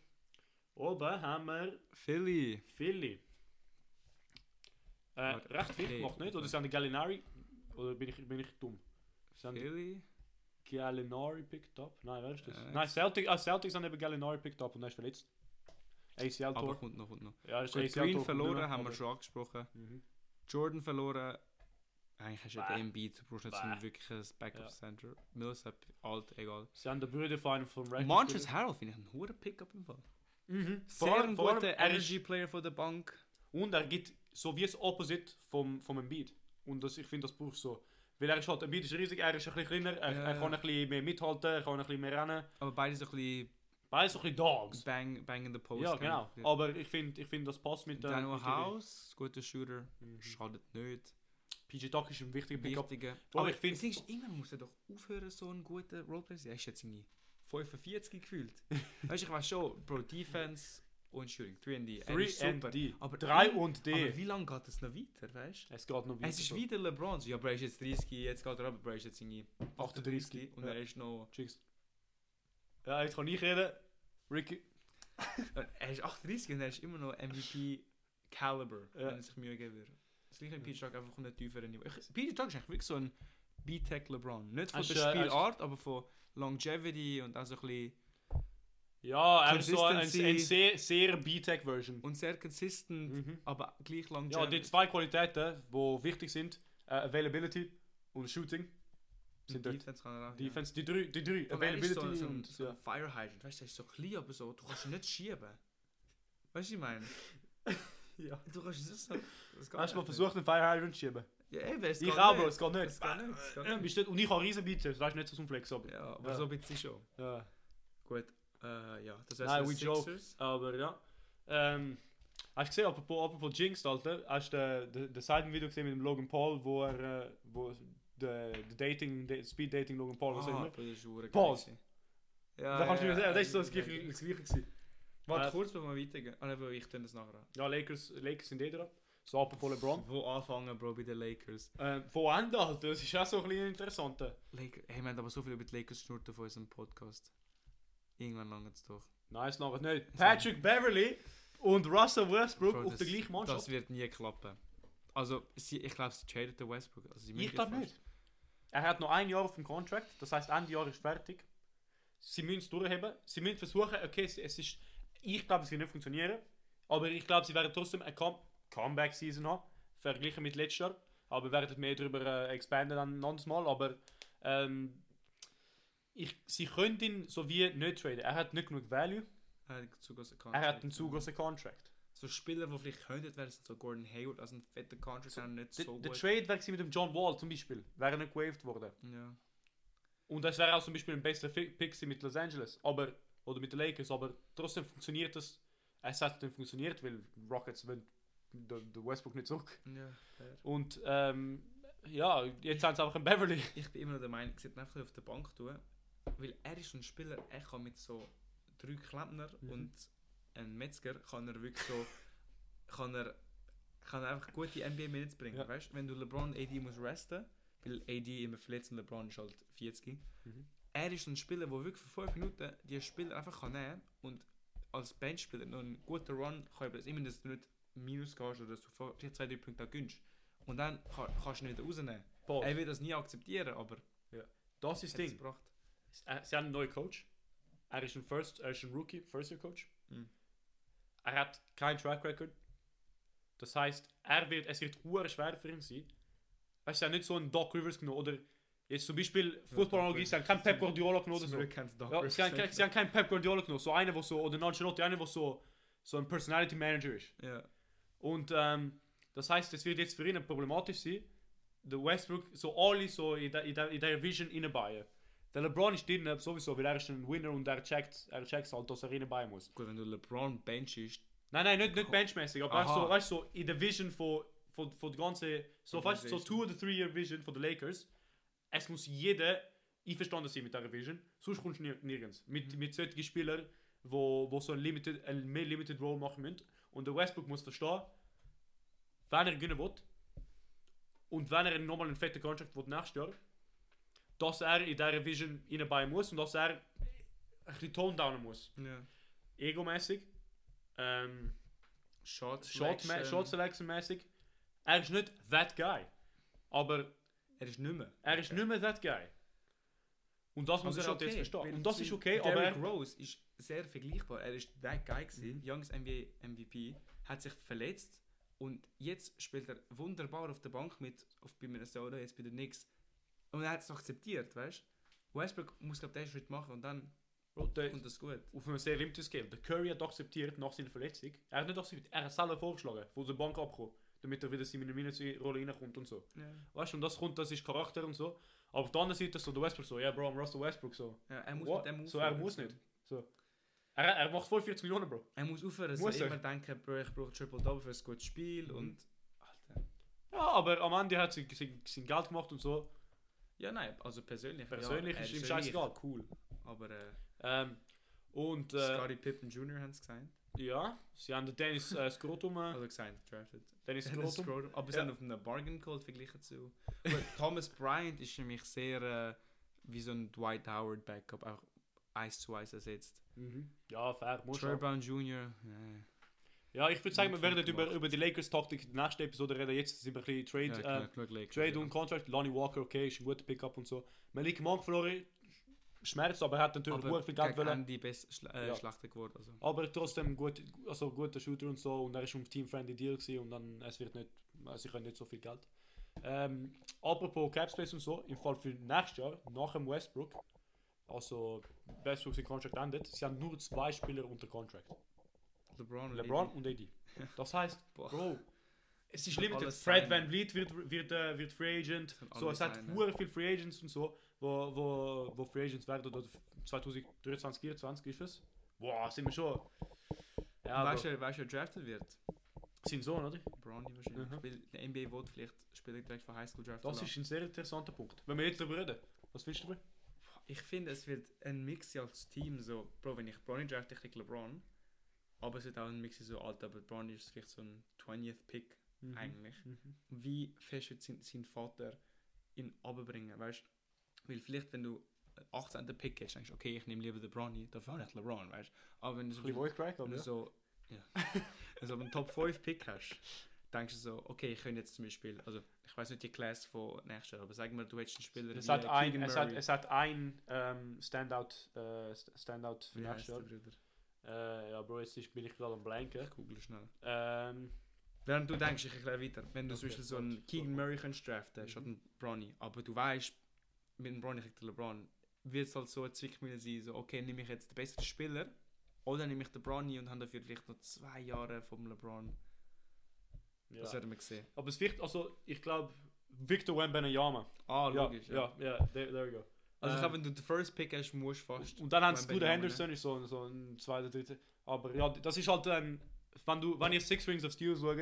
Speaker 2: oben haben wir
Speaker 1: Philly.
Speaker 2: viele. Äh,
Speaker 1: Warte,
Speaker 2: recht viel
Speaker 1: nee,
Speaker 2: gemacht, nicht? Oder
Speaker 1: warte.
Speaker 2: sind die Gallinari? Oder bin ich, bin ich dumm? Sind die
Speaker 1: Philly?
Speaker 2: Gallinari picked up? Nein, wer ist das?
Speaker 1: Äh,
Speaker 2: Nein, Celtic, ah, Celtics haben eben Gallinari picked up und er ist verletzt.
Speaker 1: Aber
Speaker 2: ACL-Tor.
Speaker 1: kommt noch, kommt noch.
Speaker 2: Ja, das ist
Speaker 1: Gut,
Speaker 2: ACL-Tor.
Speaker 1: Green
Speaker 2: kommt
Speaker 1: verloren,
Speaker 2: nicht mehr,
Speaker 1: haben wir
Speaker 2: aber-
Speaker 1: schon angesprochen.
Speaker 2: Mhm.
Speaker 1: Jordan verloren. Eigentlich hast du ja
Speaker 2: Bah.
Speaker 1: den Embiid, du brauchst jetzt
Speaker 2: Bah.
Speaker 1: nicht wirklich ein Backup-Center. Millsap, alt, egal.
Speaker 2: Sie haben den Bruder von einem von Raptors.
Speaker 1: Montres Harrell finde ich einen hohen Pickup im Fall.
Speaker 2: Mhm. Vor
Speaker 1: Sehr
Speaker 2: allem,
Speaker 1: ein
Speaker 2: vor allem,
Speaker 1: guter
Speaker 2: er ist,
Speaker 1: Energy-Player von der Bank.
Speaker 2: und er gibt so wie das Opposite vom, vom Embiid. Und das, ich finde, das brauchst du so. Weil er ist halt, Embiid ist riesig, er ist ein bisschen kleiner, er,
Speaker 1: Ja,
Speaker 2: er
Speaker 1: ja.
Speaker 2: kann ein bisschen mehr mithalten, er kann ein bisschen mehr rennen.
Speaker 1: Aber beide so ein bisschen
Speaker 2: Beides so ein bisschen Dogs.
Speaker 1: bang, bang in the post.
Speaker 2: Ja,
Speaker 1: gell?
Speaker 2: genau.
Speaker 1: Ja.
Speaker 2: Aber ich finde, ich find, das passt mit der.
Speaker 1: Daniel
Speaker 2: mit der-
Speaker 1: House, guter Shooter,
Speaker 2: Mhm.
Speaker 1: schadet nicht.
Speaker 2: PG Tuck ist ein wichtiger Pickup.
Speaker 1: Wichtige.
Speaker 2: Boah,
Speaker 1: Aber
Speaker 2: ich
Speaker 1: ich
Speaker 2: find-
Speaker 1: finde, irgendwann muss er doch aufhören, so einen guten Roleplay zu sein. Er ist jetzt irgendwie 45 gefühlt. weißt du, ich weiß schon, Bro, Defense und Shooting, 3 and D. er
Speaker 2: 3
Speaker 1: ist super.
Speaker 2: and D.
Speaker 1: Aber
Speaker 2: 3
Speaker 1: irgend-
Speaker 2: und
Speaker 1: Aber
Speaker 2: D.
Speaker 1: wie lange geht das noch weiter, weißt du?
Speaker 2: Es geht noch weiter.
Speaker 1: Es ist
Speaker 2: so.
Speaker 1: wieder LeBron. so, Ja, Bro, er ist jetzt 30, jetzt geht er ab, Bro, er ist jetzt irgendwie
Speaker 2: 38.
Speaker 1: und
Speaker 2: Ja.
Speaker 1: er ist noch.
Speaker 2: Tschüss. Ja, jetzt kann ich reden. Ricky.
Speaker 1: Er ist 38 und er ist immer noch MVP Caliber,
Speaker 2: Ja.
Speaker 1: wenn er sich Mühe geben würde. Das gleiche mit Dus Peter Jog, einfach auf einem tieferen Niveau. Ich- Peter Jog ist eigentlich wirklich so ein B-Tech LeBron. Nicht von
Speaker 2: Hast
Speaker 1: der
Speaker 2: du, äh,
Speaker 1: Spielart, aber von Longevity und auch so ein bisschen.
Speaker 2: Ja, er ist so ein, ein
Speaker 1: Consistency.
Speaker 2: sehr, sehr B-Tech-Version.
Speaker 1: Und sehr consistent,
Speaker 2: Mhm.
Speaker 1: aber gleich
Speaker 2: Ja, die
Speaker 1: longevity.
Speaker 2: zwei Qualitäten, die wichtig sind, äh, Availability und Shooting, sind dort.
Speaker 1: Defense kann er auch.
Speaker 2: Defense, die drei, die drei,
Speaker 1: Ja. Und er ist so, ein-
Speaker 2: Availability
Speaker 1: so ein,
Speaker 2: und,
Speaker 1: so
Speaker 2: ja.
Speaker 1: ein Fire Hydrant. Weißt du, er ist so klein, aber so, du kannst ihn nicht schieben. Weißt du, ich meine?
Speaker 2: ja.
Speaker 1: Du kannst es so. Das geht
Speaker 2: Hast du mal
Speaker 1: nicht.
Speaker 2: versucht, einen Fire Hydrant zu schieben?
Speaker 1: Ja, eben, es
Speaker 2: Ich
Speaker 1: geht
Speaker 2: auch,
Speaker 1: nicht.
Speaker 2: Bro, es geht nicht.
Speaker 1: Es geht nicht. Es geht
Speaker 2: Äh,
Speaker 1: nicht.
Speaker 2: bist du- Und ich habe riesen Bizeps, das ist nicht so zum Flex, aber...
Speaker 1: Ja, aber
Speaker 2: Ja.
Speaker 1: so ein bisschen schon.
Speaker 2: Ja.
Speaker 1: Gut, äh, ja, das
Speaker 2: Nein,
Speaker 1: wär's
Speaker 2: we
Speaker 1: mit
Speaker 2: joke.
Speaker 1: Sixers.
Speaker 2: Aber ja. Ähm, hast du gesehen, apropos, apropos Jinx, Alter, hast du das de Seitenvideo gesehen mit dem Logan Paul, wo er... äh, wo der de Dating, de, Speed Dating Logan Paul, was auch
Speaker 1: Ah,
Speaker 2: immer.
Speaker 1: Bruder, das ist hure geil
Speaker 2: Pause.
Speaker 1: gewesen. Ja,
Speaker 2: da kannst du
Speaker 1: ja,
Speaker 2: nicht mehr
Speaker 1: ja,
Speaker 2: sagen, das ist so das
Speaker 1: ja,
Speaker 2: gleiche,
Speaker 1: ja.
Speaker 2: das gleiche gewesen.
Speaker 1: Warte
Speaker 2: Äh,
Speaker 1: kurz, bevor wir weitergehen. Ah, nein, aber ich tue das nachher an.
Speaker 2: Ja, Lakers, Lakers sind eh dran. So, apropos LeBron.
Speaker 1: Wo anfangen, Bro, bei den Lakers?
Speaker 2: Ähm, wo enden, Alter? Das ist auch so ein bisschen interessant.
Speaker 1: Lakers hey, wir haben aber so viel über die Lakers geschnurrt auf unserem Podcast. Irgendwann langt es doch.
Speaker 2: Nein, es langt nicht. Patrick Beverly und Russell Westbrook
Speaker 1: Bro,
Speaker 2: auf der
Speaker 1: das-
Speaker 2: gleichen Mannschaft.
Speaker 1: Das wird nie klappen. Also, sie, ich glaube, sie tradet den Westbrook. Also, sie
Speaker 2: ich
Speaker 1: müssen
Speaker 2: glaube
Speaker 1: fast-
Speaker 2: nicht. Er hat noch ein Jahr auf dem Contract, das heißt, Ende Jahr ist fertig. Sie müssen es durchheben. Sie müssen versuchen, okay, es, es ist. Ich glaube, es wird nicht funktionieren. Aber ich glaube, sie werden trotzdem eine Come Comeback-Season haben. Verglichen mit letztes Jahr. Aber wir werden mehr darüber äh, expanden dann ein anderes Mal. Aber ähm, ich, sie können ihn so wie nicht traden. Er hat nicht genug Value.
Speaker 1: Er hat Zugriff auf den
Speaker 2: Er
Speaker 1: Contract.
Speaker 2: hat einen zu großen Contract.
Speaker 1: So Spieler, die vielleicht könnten, wären so Gordon Hayward, also ein fetter Contract, so, nicht
Speaker 2: Der,
Speaker 1: so
Speaker 2: der
Speaker 1: gut.
Speaker 2: Trade wäre gewesen mit dem John Wall zum Beispiel, wäre nicht gewaved worden.
Speaker 1: Ja.
Speaker 2: Und das wäre auch zum Beispiel ein besserer Fi- Pick gewesen mit Los Angeles. Aber, oder mit den Lakers, aber trotzdem funktioniert es. Es hat dann funktioniert, weil Rockets wollen den den Westbrook nicht zurück.
Speaker 1: Ja, fair.
Speaker 2: Und ähm, ja, jetzt haben sie einfach einen Beverly.
Speaker 1: Ich bin immer noch der Meinung, sie hätten einfach auf der Bank tun, weil er ist ein Spieler, er kann mit so drei Klempner
Speaker 2: Mhm.
Speaker 1: und einem Metzger kann er wirklich so, kann er, kann er einfach gute NBA Minutes bringen,
Speaker 2: Ja.
Speaker 1: weißt? Wenn du LeBron AD musst resten, weil AD immer verletzt und LeBron ist halt 40.
Speaker 2: Mhm.
Speaker 1: Er ist ein Spieler, der wirklich für 5 Minuten die Spieler einfach kann nehmen und als Benchspieler noch einen guten Run kann eben, immer dass du nicht minus gehst oder dass du vor- dir zwei, drei Punkte gönnst. Und dann kann, kannst du ihn wieder rausnehmen.
Speaker 2: Paul,
Speaker 1: Er will das nie akzeptieren, aber
Speaker 2: das ist
Speaker 1: das
Speaker 2: das Ding.
Speaker 1: Ding. Gebracht.
Speaker 2: Äh, Sie haben einen neuen Coach. Er ist ein, First, er ist ein Rookie, First-Year-Coach.
Speaker 1: Mhm.
Speaker 2: Er hat keinen Track Record. Das heißt, er wird, es wird hure schwer für ihn sein. Weißt du, sie haben nicht so einen Doc Rivers genommen oder jetzt zum Beispiel Footballanalogie, sie haben keinen Pep Guardiola genommen oder so. Ja, sie, haben, kein- sie haben keinen Pep Guardiola genommen, so einer, der so, oder Ancelotti, einer, der so, so ein Personality Manager ist.
Speaker 1: Ja,
Speaker 2: Und ähm, das heißt, es wird jetzt für ihn problematisch sein, der Westbrook so alle so in der, in der, in der Vision reinbauen. Der LeBron ist drin sowieso, weil er ist ein Winner und er checkt, er checkt halt, dass er reinbauen muss.
Speaker 1: gut, wenn du LeBron benchst,
Speaker 2: Nein, nein, nicht, nicht benchmäßig, aber weißt du,
Speaker 1: Aha.
Speaker 2: so, weißt du, so in der Vision von, von, von der ganzen, so fast so
Speaker 1: Organisation.
Speaker 2: two oder three year Vision von den Lakers, es muss jeder einverstanden sein mit dieser Vision, sonst kommst du nir nirgends. Mit, mit solchen Spielern, wo, wo so ein limited, ein mehr limited Role machen müssen. Und der Westbrook muss verstehen, wenn er gewinnen will und wenn er nochmal einen fetten Contract will nächstes Jahr, dass er in dieser Vision reinbauen muss und dass er ein bisschen tone downen muss.
Speaker 1: ja.
Speaker 2: Egomäßig. Ähm,
Speaker 1: Shot,
Speaker 2: Shot,
Speaker 1: ähm,
Speaker 2: ma- Shot Selection mäßig. Er ist nicht that guy. Aber
Speaker 1: Er ist nicht mehr.
Speaker 2: er ist nicht mehr that guy. Und
Speaker 1: Also
Speaker 2: das muss er halt jetzt verstehen. Und das ist okay, aber Mhm.
Speaker 1: Derrick
Speaker 2: er,
Speaker 1: Rose ist sehr vergleichbar. Er ist der Guy gewesen, Youngs NBA MVP, hat sich verletzt und jetzt spielt er wunderbar auf der Bank mit, auf, bei Minnesota, jetzt bei den Knicks. Und er hat es akzeptiert, weißt du? Westbrook muss, glaube ich, den Schritt machen und dann
Speaker 2: Bro, der,
Speaker 1: kommt das gut.
Speaker 2: auf einem sehr limitierten Scale. Der Curry hat akzeptiert nach seiner Verletzung. Er hat nicht akzeptiert, er hat selber vorgeschlagen, von der Bank abgekommen, damit er wieder in seine Minus-Rolle reinkommt und so.
Speaker 1: Ja.
Speaker 2: Weißt du, und das kommt, das ist Charakter und so. Aber auf der anderen Seite so der Westbrook so, ja yeah, Bro, I'm Russell Westbrook so.
Speaker 1: er muss
Speaker 2: What?
Speaker 1: mit dem
Speaker 2: so, er
Speaker 1: aufhören.
Speaker 2: muss nicht. So. Er, er macht voll 40 Millionen, Bro.
Speaker 1: Er muss aufhören, dass
Speaker 2: Muss
Speaker 1: er
Speaker 2: er.
Speaker 1: immer denken, Bro, ich brauche Triple-Double für ein gutes Spiel
Speaker 2: Mhm.
Speaker 1: und... Alter.
Speaker 2: Ja, aber am Ende hat sie, sie, sein Geld gemacht und so.
Speaker 1: Ja, nein, also persönlich.
Speaker 2: Persönlich
Speaker 1: ja, er
Speaker 2: ist ihm
Speaker 1: reich,
Speaker 2: scheißegal. Cool.
Speaker 1: Aber äh,
Speaker 2: Ähm, und äh,
Speaker 1: Scottie Pippen Jr. haben es gesagt.
Speaker 2: ja, sie haben den Dennis äh, Skrotum. Äh,
Speaker 1: Oder gesagt, drafted.
Speaker 2: Dennis
Speaker 1: Das
Speaker 2: Skrotum.
Speaker 1: Scrotum. Aber sie
Speaker 2: Ja.
Speaker 1: haben auf einem Bargain Call verglichen zu. Gut, Thomas Bryant ist für mich sehr äh, wie so ein Dwight Howard Backup, auch eins zu eins ersetzt.
Speaker 2: Mhm. Ja, fair, muss
Speaker 1: Troy
Speaker 2: auch.
Speaker 1: Brown Jr. Äh,
Speaker 2: Ja, ich würde sagen, wir
Speaker 1: Nicht
Speaker 2: werden
Speaker 1: viel
Speaker 2: über,
Speaker 1: gemacht.
Speaker 2: über die Lakers-Taktik in der nächsten Episode reden. Jetzt sind wir ein bisschen Trade,
Speaker 1: ja,
Speaker 2: äh,
Speaker 1: genug- genug Lakers,
Speaker 2: Trade
Speaker 1: ja.
Speaker 2: und Contract. Lonnie Walker, okay, ist ein guter Pickup und so. Malik Monk verloren, schmerzt, aber er hat natürlich
Speaker 1: Aber
Speaker 2: gut viel Geld
Speaker 1: gegen
Speaker 2: wollen.
Speaker 1: Andy best schla äh,
Speaker 2: Ja.
Speaker 1: schlechter geworden. Also.
Speaker 2: Aber trotzdem gut, also guter Shooter und so. Und er ist um Team-Friendly Deal gewesen und dann, es wird nicht, also ich habe nicht so viel Geld. Ähm, apropos Capspace und so, im Fall für nächstes Jahr, nach dem Westbrook, also Westbrook sein Contract endet, sie haben nur zwei Spieler unter Contract.
Speaker 1: LeBron. und
Speaker 2: LeBron
Speaker 1: AD.
Speaker 2: und AD. Das heißt,
Speaker 1: Boah.
Speaker 2: Bro, es ist limited.
Speaker 1: Alles
Speaker 2: Fred
Speaker 1: sein.
Speaker 2: Van Vliet wird, wird, äh, wird Free Agent.
Speaker 1: Sind
Speaker 2: So,
Speaker 1: alles
Speaker 2: es hat
Speaker 1: sein, ne?
Speaker 2: hure viel Free Agents und so, wo, wo, wo Free Agents werden oder 2023, 2024 ist es. Boah, sind wir schon. Ja,
Speaker 1: Weißt
Speaker 2: weißt
Speaker 1: du, weißt du, wer drafted wird?
Speaker 2: sind so, oder?
Speaker 1: Bronny wahrscheinlich.
Speaker 2: Mhm.
Speaker 1: Weil der NBA will vielleicht Spieler direkt von Highschool draften.
Speaker 2: Das ist ein sehr interessanter Punkt. Wenn wir jetzt darüber reden, was findest du darüber?
Speaker 1: Ich finde, es wird ein Mix als Team so, Bro, wenn ich Bronny draft, ich krieg LeBron. Aber es wird auch ein Mix so alt, aber Bronny ist vielleicht so ein 20th Pick
Speaker 2: Mhm.
Speaker 1: eigentlich. Wie fest wird sein, sein Vater ihn runterbringen, weißt du? Weil vielleicht, wenn du einen 18. Pick hast, denkst du, okay, ich nehme lieber den Bronny, dafür nicht LeBron, weißt du? Aber wenn du so,
Speaker 2: Ein bisschen Crack,
Speaker 1: wenn
Speaker 2: aber
Speaker 1: du
Speaker 2: ja.
Speaker 1: so, ja. wenn du so einen Top 5 Pick hast, denkst du so, okay, ich könnte jetzt zum Beispiel, also ich weiß nicht die Class von nächstes Jahr, aber sag mal, du hättest einen Spieler
Speaker 2: Es
Speaker 1: wie,
Speaker 2: hat
Speaker 1: äh,
Speaker 2: ein,
Speaker 1: Keegan
Speaker 2: es hat,
Speaker 1: Murray.
Speaker 2: es hat ein ähm, Standout, äh, St- Standout für
Speaker 1: Wie heisst
Speaker 2: nächstes
Speaker 1: der
Speaker 2: Jahr.
Speaker 1: Bruder?
Speaker 2: Äh, ja, Bro, jetzt ist, bin ich gerade am Blanken.
Speaker 1: Ich google schnell.
Speaker 2: Ähm,
Speaker 1: Während du denkst, ich erkläre weiter. Wenn du
Speaker 2: Okay,
Speaker 1: zum Beispiel so
Speaker 2: gut.
Speaker 1: einen Keegan Murray könntest draften, statt einen Bronny, aber du weißt, mit dem Bronny kriegt der LeBron, wird es halt so eine Zwickmühle sein, so, okay, nehme ich jetzt den besten Spieler oder nehme ich den Bronny und habe dafür vielleicht noch zwei Jahre vom LeBron.
Speaker 2: ja.
Speaker 1: Das werden wir sehen.
Speaker 2: Aber es wird, also ich glaube, Victor Wembanyama.
Speaker 1: Ah,
Speaker 2: Ja,
Speaker 1: logisch. Ja.
Speaker 2: ja, ja, there, there we go.
Speaker 1: Also ich
Speaker 2: Ähm.
Speaker 1: glaube, wenn du den First Pick hast, musst du fast.
Speaker 2: Und dann haben sie
Speaker 1: Wembenyama,
Speaker 2: Scooter
Speaker 1: ne?
Speaker 2: Henderson, ist so ein, so ein zweiter, dritter. Aber ja, das ist halt ein. Wenn, du, wenn ihr Six Rings of Steel schaut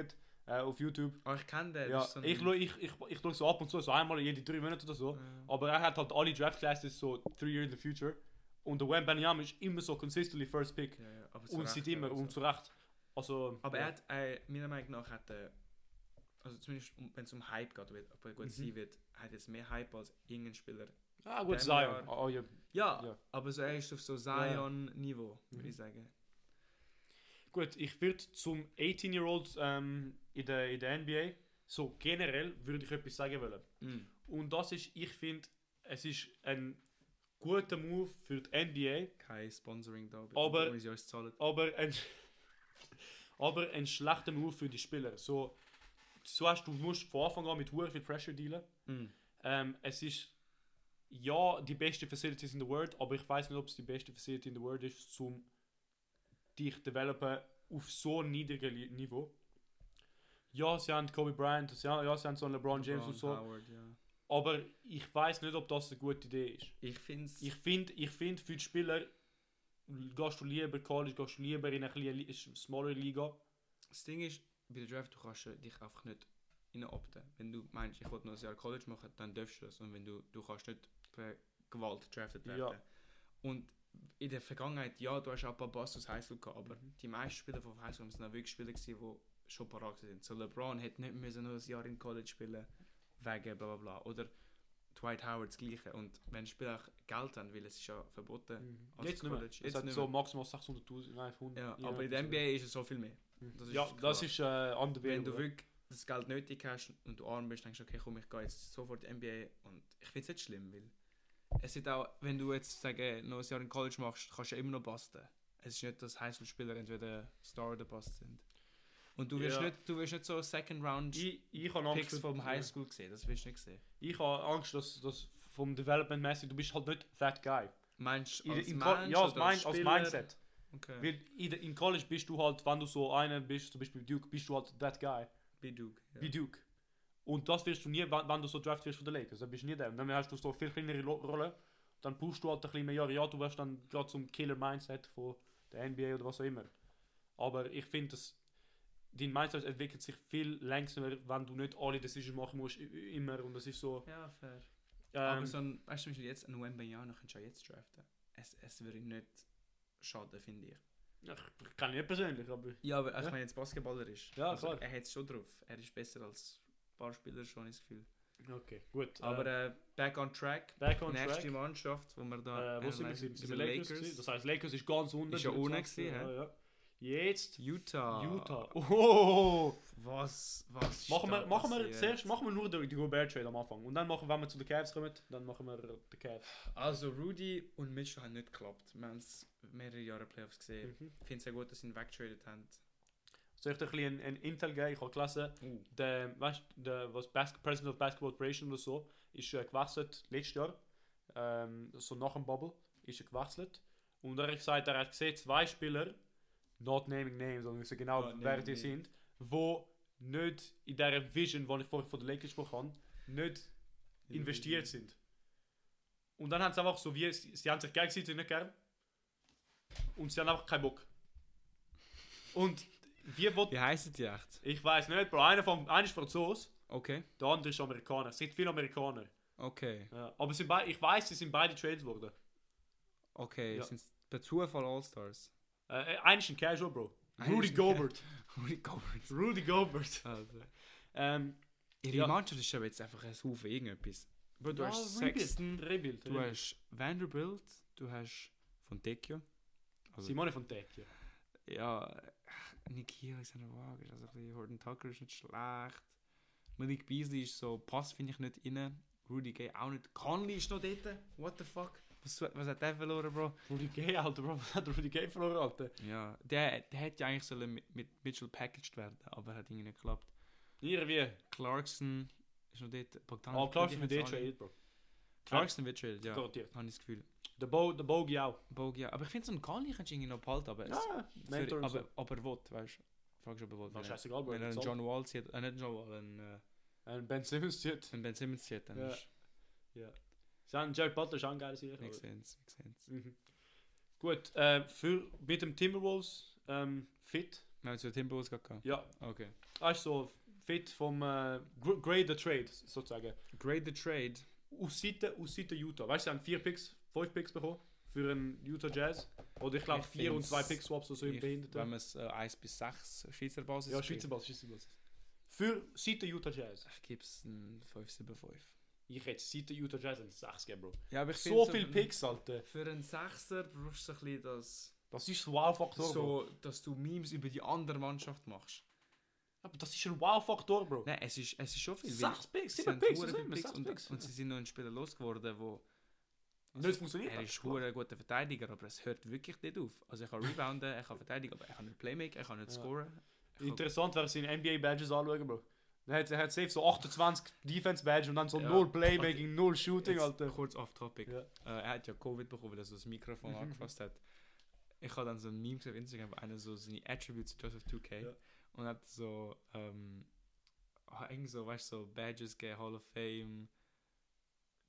Speaker 2: äh, auf YouTube,
Speaker 1: Ah, ich kenne den.
Speaker 2: ja,
Speaker 1: das ist so ein- Ähm, Mhm.
Speaker 2: ich, schau- ich, ich, ich schaue so ab und zu, so einmal jede drei Monate oder so.
Speaker 1: Ja.
Speaker 2: Aber er hat halt alle Draft Classes so three years in the future. Und der Wembanyama ist immer so consistently first pick.
Speaker 1: Ja, ja, aber zu
Speaker 2: Und
Speaker 1: Recht,
Speaker 2: seit
Speaker 1: ja,
Speaker 2: immer
Speaker 1: also.
Speaker 2: und zu Recht. Also,
Speaker 1: Aber
Speaker 2: ja.
Speaker 1: er hat, äh, meiner Meinung nach, hat er, also zumindest um- wenn es um Hype geht, wird, ob er gut
Speaker 2: Mhm.
Speaker 1: sein wird, hat jetzt mehr Hype als irgendein Spieler.
Speaker 2: Ah, gut,
Speaker 1: dem
Speaker 2: Zion.
Speaker 1: Jahr-
Speaker 2: Ah, ah, ja.
Speaker 1: Ja,
Speaker 2: Ja.
Speaker 1: aber so, er ist auf so
Speaker 2: ja.
Speaker 1: Zion-Niveau, würde
Speaker 2: Mhm.
Speaker 1: ich sagen.
Speaker 2: Gut, ich würde zum 18-Year-Old ähm, in, der, in der NBA, so generell würde ich etwas sagen wollen.
Speaker 1: Mhm.
Speaker 2: Und das ist, ich finde, es ist ein guter Move für die NBA,
Speaker 1: Kein Sponsoring da,
Speaker 2: Aber-
Speaker 1: obwohl sie uns zahlen.
Speaker 2: aber ein, aber ein schlechter Move für die Spieler. So, so hast du musst von Anfang an mit hoher viel Pressure dealen.
Speaker 1: Mhm.
Speaker 2: Ähm, es ist ja die beste Facilities in the world, aber ich weiß nicht, ob es die beste Facility in the world ist, um dich zu developen auf so niedrigem Li- Niveau. Ja, sie haben Kobe Bryant, sie haben, ja, sie haben so einen LeBron James und so,
Speaker 1: Howard, ja.
Speaker 2: aber ich weiß nicht, ob das eine gute Idee ist.
Speaker 1: Ich finde es.
Speaker 2: Ich finde, ich find für die Spieler gehst du lieber College, gehst du lieber in eine kleine Li- smaller Liga.
Speaker 1: Das Ding ist, bei der Draft du kannst äh, dich einfach nicht inopten. Wenn du meinst, ich will noch ein Jahr College machen, dann darfst du das. Und wenn du, du kannst nicht per Gewalt drafted
Speaker 2: Ja.
Speaker 1: werden. Und in der Vergangenheit, ja, du hast auch ein paar Busts aus Highschool gehabt, aber die meisten Spieler von Highschool waren noch wirklich Spieler, gewesen, die schon parat sind. So LeBron hätte nicht müssen noch ein Jahr in College spielen wegen bla bla bla. Oder Dwight Howard das Gleiche. Und wenn Spieler auch Geld haben, weil es ist ja verboten.
Speaker 2: Mhm.
Speaker 1: Also
Speaker 2: Jetzt nicht mehr.
Speaker 1: College,
Speaker 2: Jetzt
Speaker 1: jetzt
Speaker 2: es hat
Speaker 1: nicht
Speaker 2: so
Speaker 1: mehr.
Speaker 2: maximal 600.000, nein, 100.
Speaker 1: Ja, aber in der NBA ist es so viel mehr. Das ist
Speaker 2: ja, das
Speaker 1: klar.
Speaker 2: ist äh, andere
Speaker 1: Wenn du
Speaker 2: Welt,
Speaker 1: wirklich das Geld nötig hast und du arm bist, denkst du, okay, komm, ich gehe jetzt sofort in die NBA. Und ich finde es nicht schlimm, weil es ist auch, wenn du jetzt sagen, noch ein Jahr in College machst, kannst du ja immer noch basten. Es ist nicht, dass Highschool-Spieler entweder Star oder Bast sind. Und du wirst,
Speaker 2: Ja.
Speaker 1: nicht, du wirst nicht so Second-Round-Picks
Speaker 2: äh, Ich, ich habe Angst, vor-
Speaker 1: vom Highschool gesehen, das wirst du nicht sehen.
Speaker 2: ich habe Angst, dass, dass vom Development mäßig du bist halt nicht that guy.
Speaker 1: Meinst du,
Speaker 2: In,
Speaker 1: als
Speaker 2: in Co-
Speaker 1: Mensch
Speaker 2: ja, als,
Speaker 1: oder als
Speaker 2: Mind, als
Speaker 1: Spieler?
Speaker 2: Mindset.
Speaker 1: Okay.
Speaker 2: Weil in, der- in College bist du halt, wenn du so einer bist, zum Beispiel Duke, bist du halt that guy.
Speaker 1: Wie Duke. Ja.
Speaker 2: wie Duke. Und das wirst du nie, wenn, wenn du so draft wirst von den Lakers, dann bist du nie der. Und dann hast du so viel kleinere Lo- Rollen, dann pushst du halt ein bisschen mehr Jahre. Ja, du wirst dann gerade zum Killer-Mindset von der NBA oder was auch immer. Aber ich finde, dass dein Mindset entwickelt sich viel langsamer, wenn du nicht alle Decisions machen musst, i- i- immer. Und das ist so...
Speaker 1: ja, fair.
Speaker 2: Ähm,
Speaker 1: Aber so ein, weißt du, zum Beispiel jetzt ein Wembenyama kannst du ja jetzt draften. Es, es würde ihm nicht schaden, finde ich.
Speaker 2: ich ich kenne ihn nicht persönlich, aber...
Speaker 1: Ja, aber ich
Speaker 2: Ja.
Speaker 1: meine, jetzt Basketballer ist.
Speaker 2: Ja,
Speaker 1: also,
Speaker 2: klar.
Speaker 1: Er hat es schon drauf. Er ist besser als ein paar Spieler schon, ist das Gefühl.
Speaker 2: Okay, gut.
Speaker 1: Aber äh, back on track.
Speaker 2: back on
Speaker 1: Nächste
Speaker 2: track.
Speaker 1: Mannschaft, wo wir da. also
Speaker 2: Äh, wo sind wir?
Speaker 1: analysieren,
Speaker 2: gewesen? Sind wir
Speaker 1: sind
Speaker 2: Lakers? gewesen? Das heißt, Lakers ist ganz unten.
Speaker 1: Ist ja
Speaker 2: mit
Speaker 1: ohne
Speaker 2: 20,
Speaker 1: gewesen, hä?
Speaker 2: ja, ja. Jetzt
Speaker 1: Utah.
Speaker 2: Utah. Oh.
Speaker 1: Was? Was? ist
Speaker 2: Machen
Speaker 1: da
Speaker 2: wir, machen wir
Speaker 1: passiert?
Speaker 2: zuerst machen wir nur den Gobert Trade am Anfang. Und dann machen wenn wir zu den Cavs kommen, dann machen wir den Cavs.
Speaker 1: Also, Rudy und Mitchell haben nicht geklappt. Wir haben es mehrere Jahre Playoffs gesehen.
Speaker 2: Mhm. Hm.
Speaker 1: Ich finde es sehr gut, dass sie ihn weggetradet haben.
Speaker 2: Soll ich dir ein bisschen ein Intel geben? Ich habe gelesen,
Speaker 1: Uh.
Speaker 2: der, weißt, du, der was Bas President of Basketball Operation oder so, ist äh, gewechselt letztes Jahr. Ähm, so nach dem Bubble ist er gewechselt. Und er hat gesagt, er hat gesehen, zwei Spieler, not naming names, sondern wir wissen genau,
Speaker 1: Not
Speaker 2: wer
Speaker 1: naming
Speaker 2: die
Speaker 1: names.
Speaker 2: sind, wo nicht in dieser Vision, die ich vorhin von den Lakers gesprochen habe, nicht investiert sind. Und dann haben sie einfach so wie, sie, sie haben sich gegenseitig nicht gern. Und sie haben einfach keinen Bock. Und wir wollten,
Speaker 1: Wie heißen die echt?
Speaker 2: ich weiß nicht, Bro, einer, von, einer ist Franzose,
Speaker 1: Okay.
Speaker 2: der andere ist dus Amerikaner. Es sind viele Amerikaner.
Speaker 1: Okay.
Speaker 2: Ja. Aber sie sind beide- ich weiß, sie sind beide traded worden.
Speaker 1: Okay.
Speaker 2: Ja.
Speaker 1: Sind per Zufall All-Stars?
Speaker 2: Äh, äh, einer ist ein Casual, Bro.
Speaker 1: Einer
Speaker 2: Rudy
Speaker 1: ist ein Ca-
Speaker 2: Gobert.
Speaker 1: Rudy Gobert.
Speaker 2: Rudy Gobert.
Speaker 1: Also.
Speaker 2: Ähm,
Speaker 1: Ihre
Speaker 2: Ja.
Speaker 1: Mannschaft ist aber jetzt einfach ein Haufen irgendetwas. Bro, du
Speaker 2: ja,
Speaker 1: hast
Speaker 2: Rebuild,
Speaker 1: Sexton,
Speaker 2: Rebuild.
Speaker 1: du
Speaker 2: Rebuild.
Speaker 1: hast Vanderbilt, du hast Fontecchio. Also,
Speaker 2: Simone von Tecchio.
Speaker 1: ja, äh, Niki Alexander Waage ist also ein bisschen, Horton Tucker ist nicht schlecht. Malik Beasley ist so, Pass finde ich nicht rein. Rudy Gay auch nicht. Conley ist noch dort. What the fuck? Was, was hat der verloren, Bro?
Speaker 2: Rudy Gay, Alter, Bro. Was hat Rudy Gay verloren, Alter?
Speaker 1: Ja, der, der hätte ja eigentlich sollen mit, mit Mitchell packaged werden, aber hat irgendwie nicht geklappt.
Speaker 2: Irgendwie.
Speaker 1: Clarkson ist noch dort. Bogdan
Speaker 2: Aber klar, ist mit
Speaker 1: hat's
Speaker 2: dem
Speaker 1: auch nicht.
Speaker 2: Trade, Bro.
Speaker 1: Clarkson wird traded, ja. Habe
Speaker 2: Garantiert.
Speaker 1: ich das Gefühl.
Speaker 2: Der, Bo der Bogi auch.
Speaker 1: Bogi, ja. Aber ich finde, so einen Kali kannst du irgendwie noch behalten, aber... es-
Speaker 2: Ja,
Speaker 1: für-
Speaker 2: Mentor und
Speaker 1: aber,
Speaker 2: so.
Speaker 1: aber er will, weißt du. Fragst du, ob er will.
Speaker 2: Na,
Speaker 1: Wenn er-
Speaker 2: scheißegal, Bro.
Speaker 1: Wenn er einen
Speaker 2: Bezahlt.
Speaker 1: John Wall zieht, äh, nicht John Wall, einen, äh,
Speaker 2: Ein Ben Simmons zieht.
Speaker 1: einen Ben Simmons zieht, dann
Speaker 2: Ja.
Speaker 1: ist...
Speaker 2: Ja. Sie haben Jared Butler ist auch ein geiler Spieler.
Speaker 1: Makes
Speaker 2: aber-
Speaker 1: sense, makes sense.
Speaker 2: Mhm. Gut, äh, für, mit dem Timberwolves ähm, fit.
Speaker 1: Wir haben zu den Timberwolves gerade gehabt.
Speaker 2: Ja,
Speaker 1: Okay.
Speaker 2: also fit vom äh, gr- Grade the Trade sozusagen.
Speaker 1: Grade the trade.
Speaker 2: Aus Seite, aus Seite Utah. Weißt du, sie haben vier Picks, fünf Picks bekommen für den Utah Jazz. Oder ich glaube
Speaker 1: Ich
Speaker 2: vier und
Speaker 1: find's-
Speaker 2: zwei Pick Swaps oder so im
Speaker 1: Ich, wenn
Speaker 2: Behinderten.
Speaker 1: man es äh, 1 bis 6 Schweizer Basis
Speaker 2: Ja, Schweizer Bass, Schweizer Bass. Für Seite Utah Jazz.
Speaker 1: Ich gebe es 5, 7, 5.
Speaker 2: Ich hätte Seite Utah Jazz ein 6 gegeben, Bro.
Speaker 1: Ja, aber ich
Speaker 2: So
Speaker 1: find's-
Speaker 2: viel Picks, Alter.
Speaker 1: Für einen Sechser brauchst du ein bisschen das,
Speaker 2: Das ist ein Wow-Faktor, Bro.
Speaker 1: so, dass du Memes über die andere Mannschaft machst.
Speaker 2: Aber das ist ein Wow-Faktor, Bro.
Speaker 1: Nein, es ist, es ist schon viel. weil
Speaker 2: Sechs Picks,
Speaker 1: sie
Speaker 2: sieben
Speaker 1: haben
Speaker 2: Picks,
Speaker 1: hure
Speaker 2: was
Speaker 1: viele
Speaker 2: immer,
Speaker 1: Picks
Speaker 2: sechs
Speaker 1: und,
Speaker 2: Picks.
Speaker 1: und sie sind noch ein Spieler losgeworden, wo...
Speaker 2: Nicht funktioniert
Speaker 1: Er
Speaker 2: hat,
Speaker 1: ist
Speaker 2: klar.
Speaker 1: hure guter Verteidiger, aber es hört wirklich nicht auf. Also er kann rebounden, er kann verteidigen, aber er kann nicht playmaken, er kann nicht
Speaker 2: Ja.
Speaker 1: scoren. Er kann-
Speaker 2: Interessant wäre seine NBA-Badges anschauen, Bro. Er hat, er hat safe so 28 Defense-Badge und dann so
Speaker 1: Ja.
Speaker 2: null Playmaking, null Shooting,
Speaker 1: Jetzt
Speaker 2: Alter.
Speaker 1: Kurz off topic.
Speaker 2: Ja.
Speaker 1: Äh, er hat ja Covid bekommen, weil er so das Mikrofon
Speaker 2: Mhm.
Speaker 1: angefasst hat. Ich habe dann so ein Meme gesehen auf Instagram, wo einer so seine Attributes just of 2K
Speaker 2: Ja.
Speaker 1: und hat so, ähm, ah, irgendwie so, weißt du, so Badges gegeben, Hall of Fame,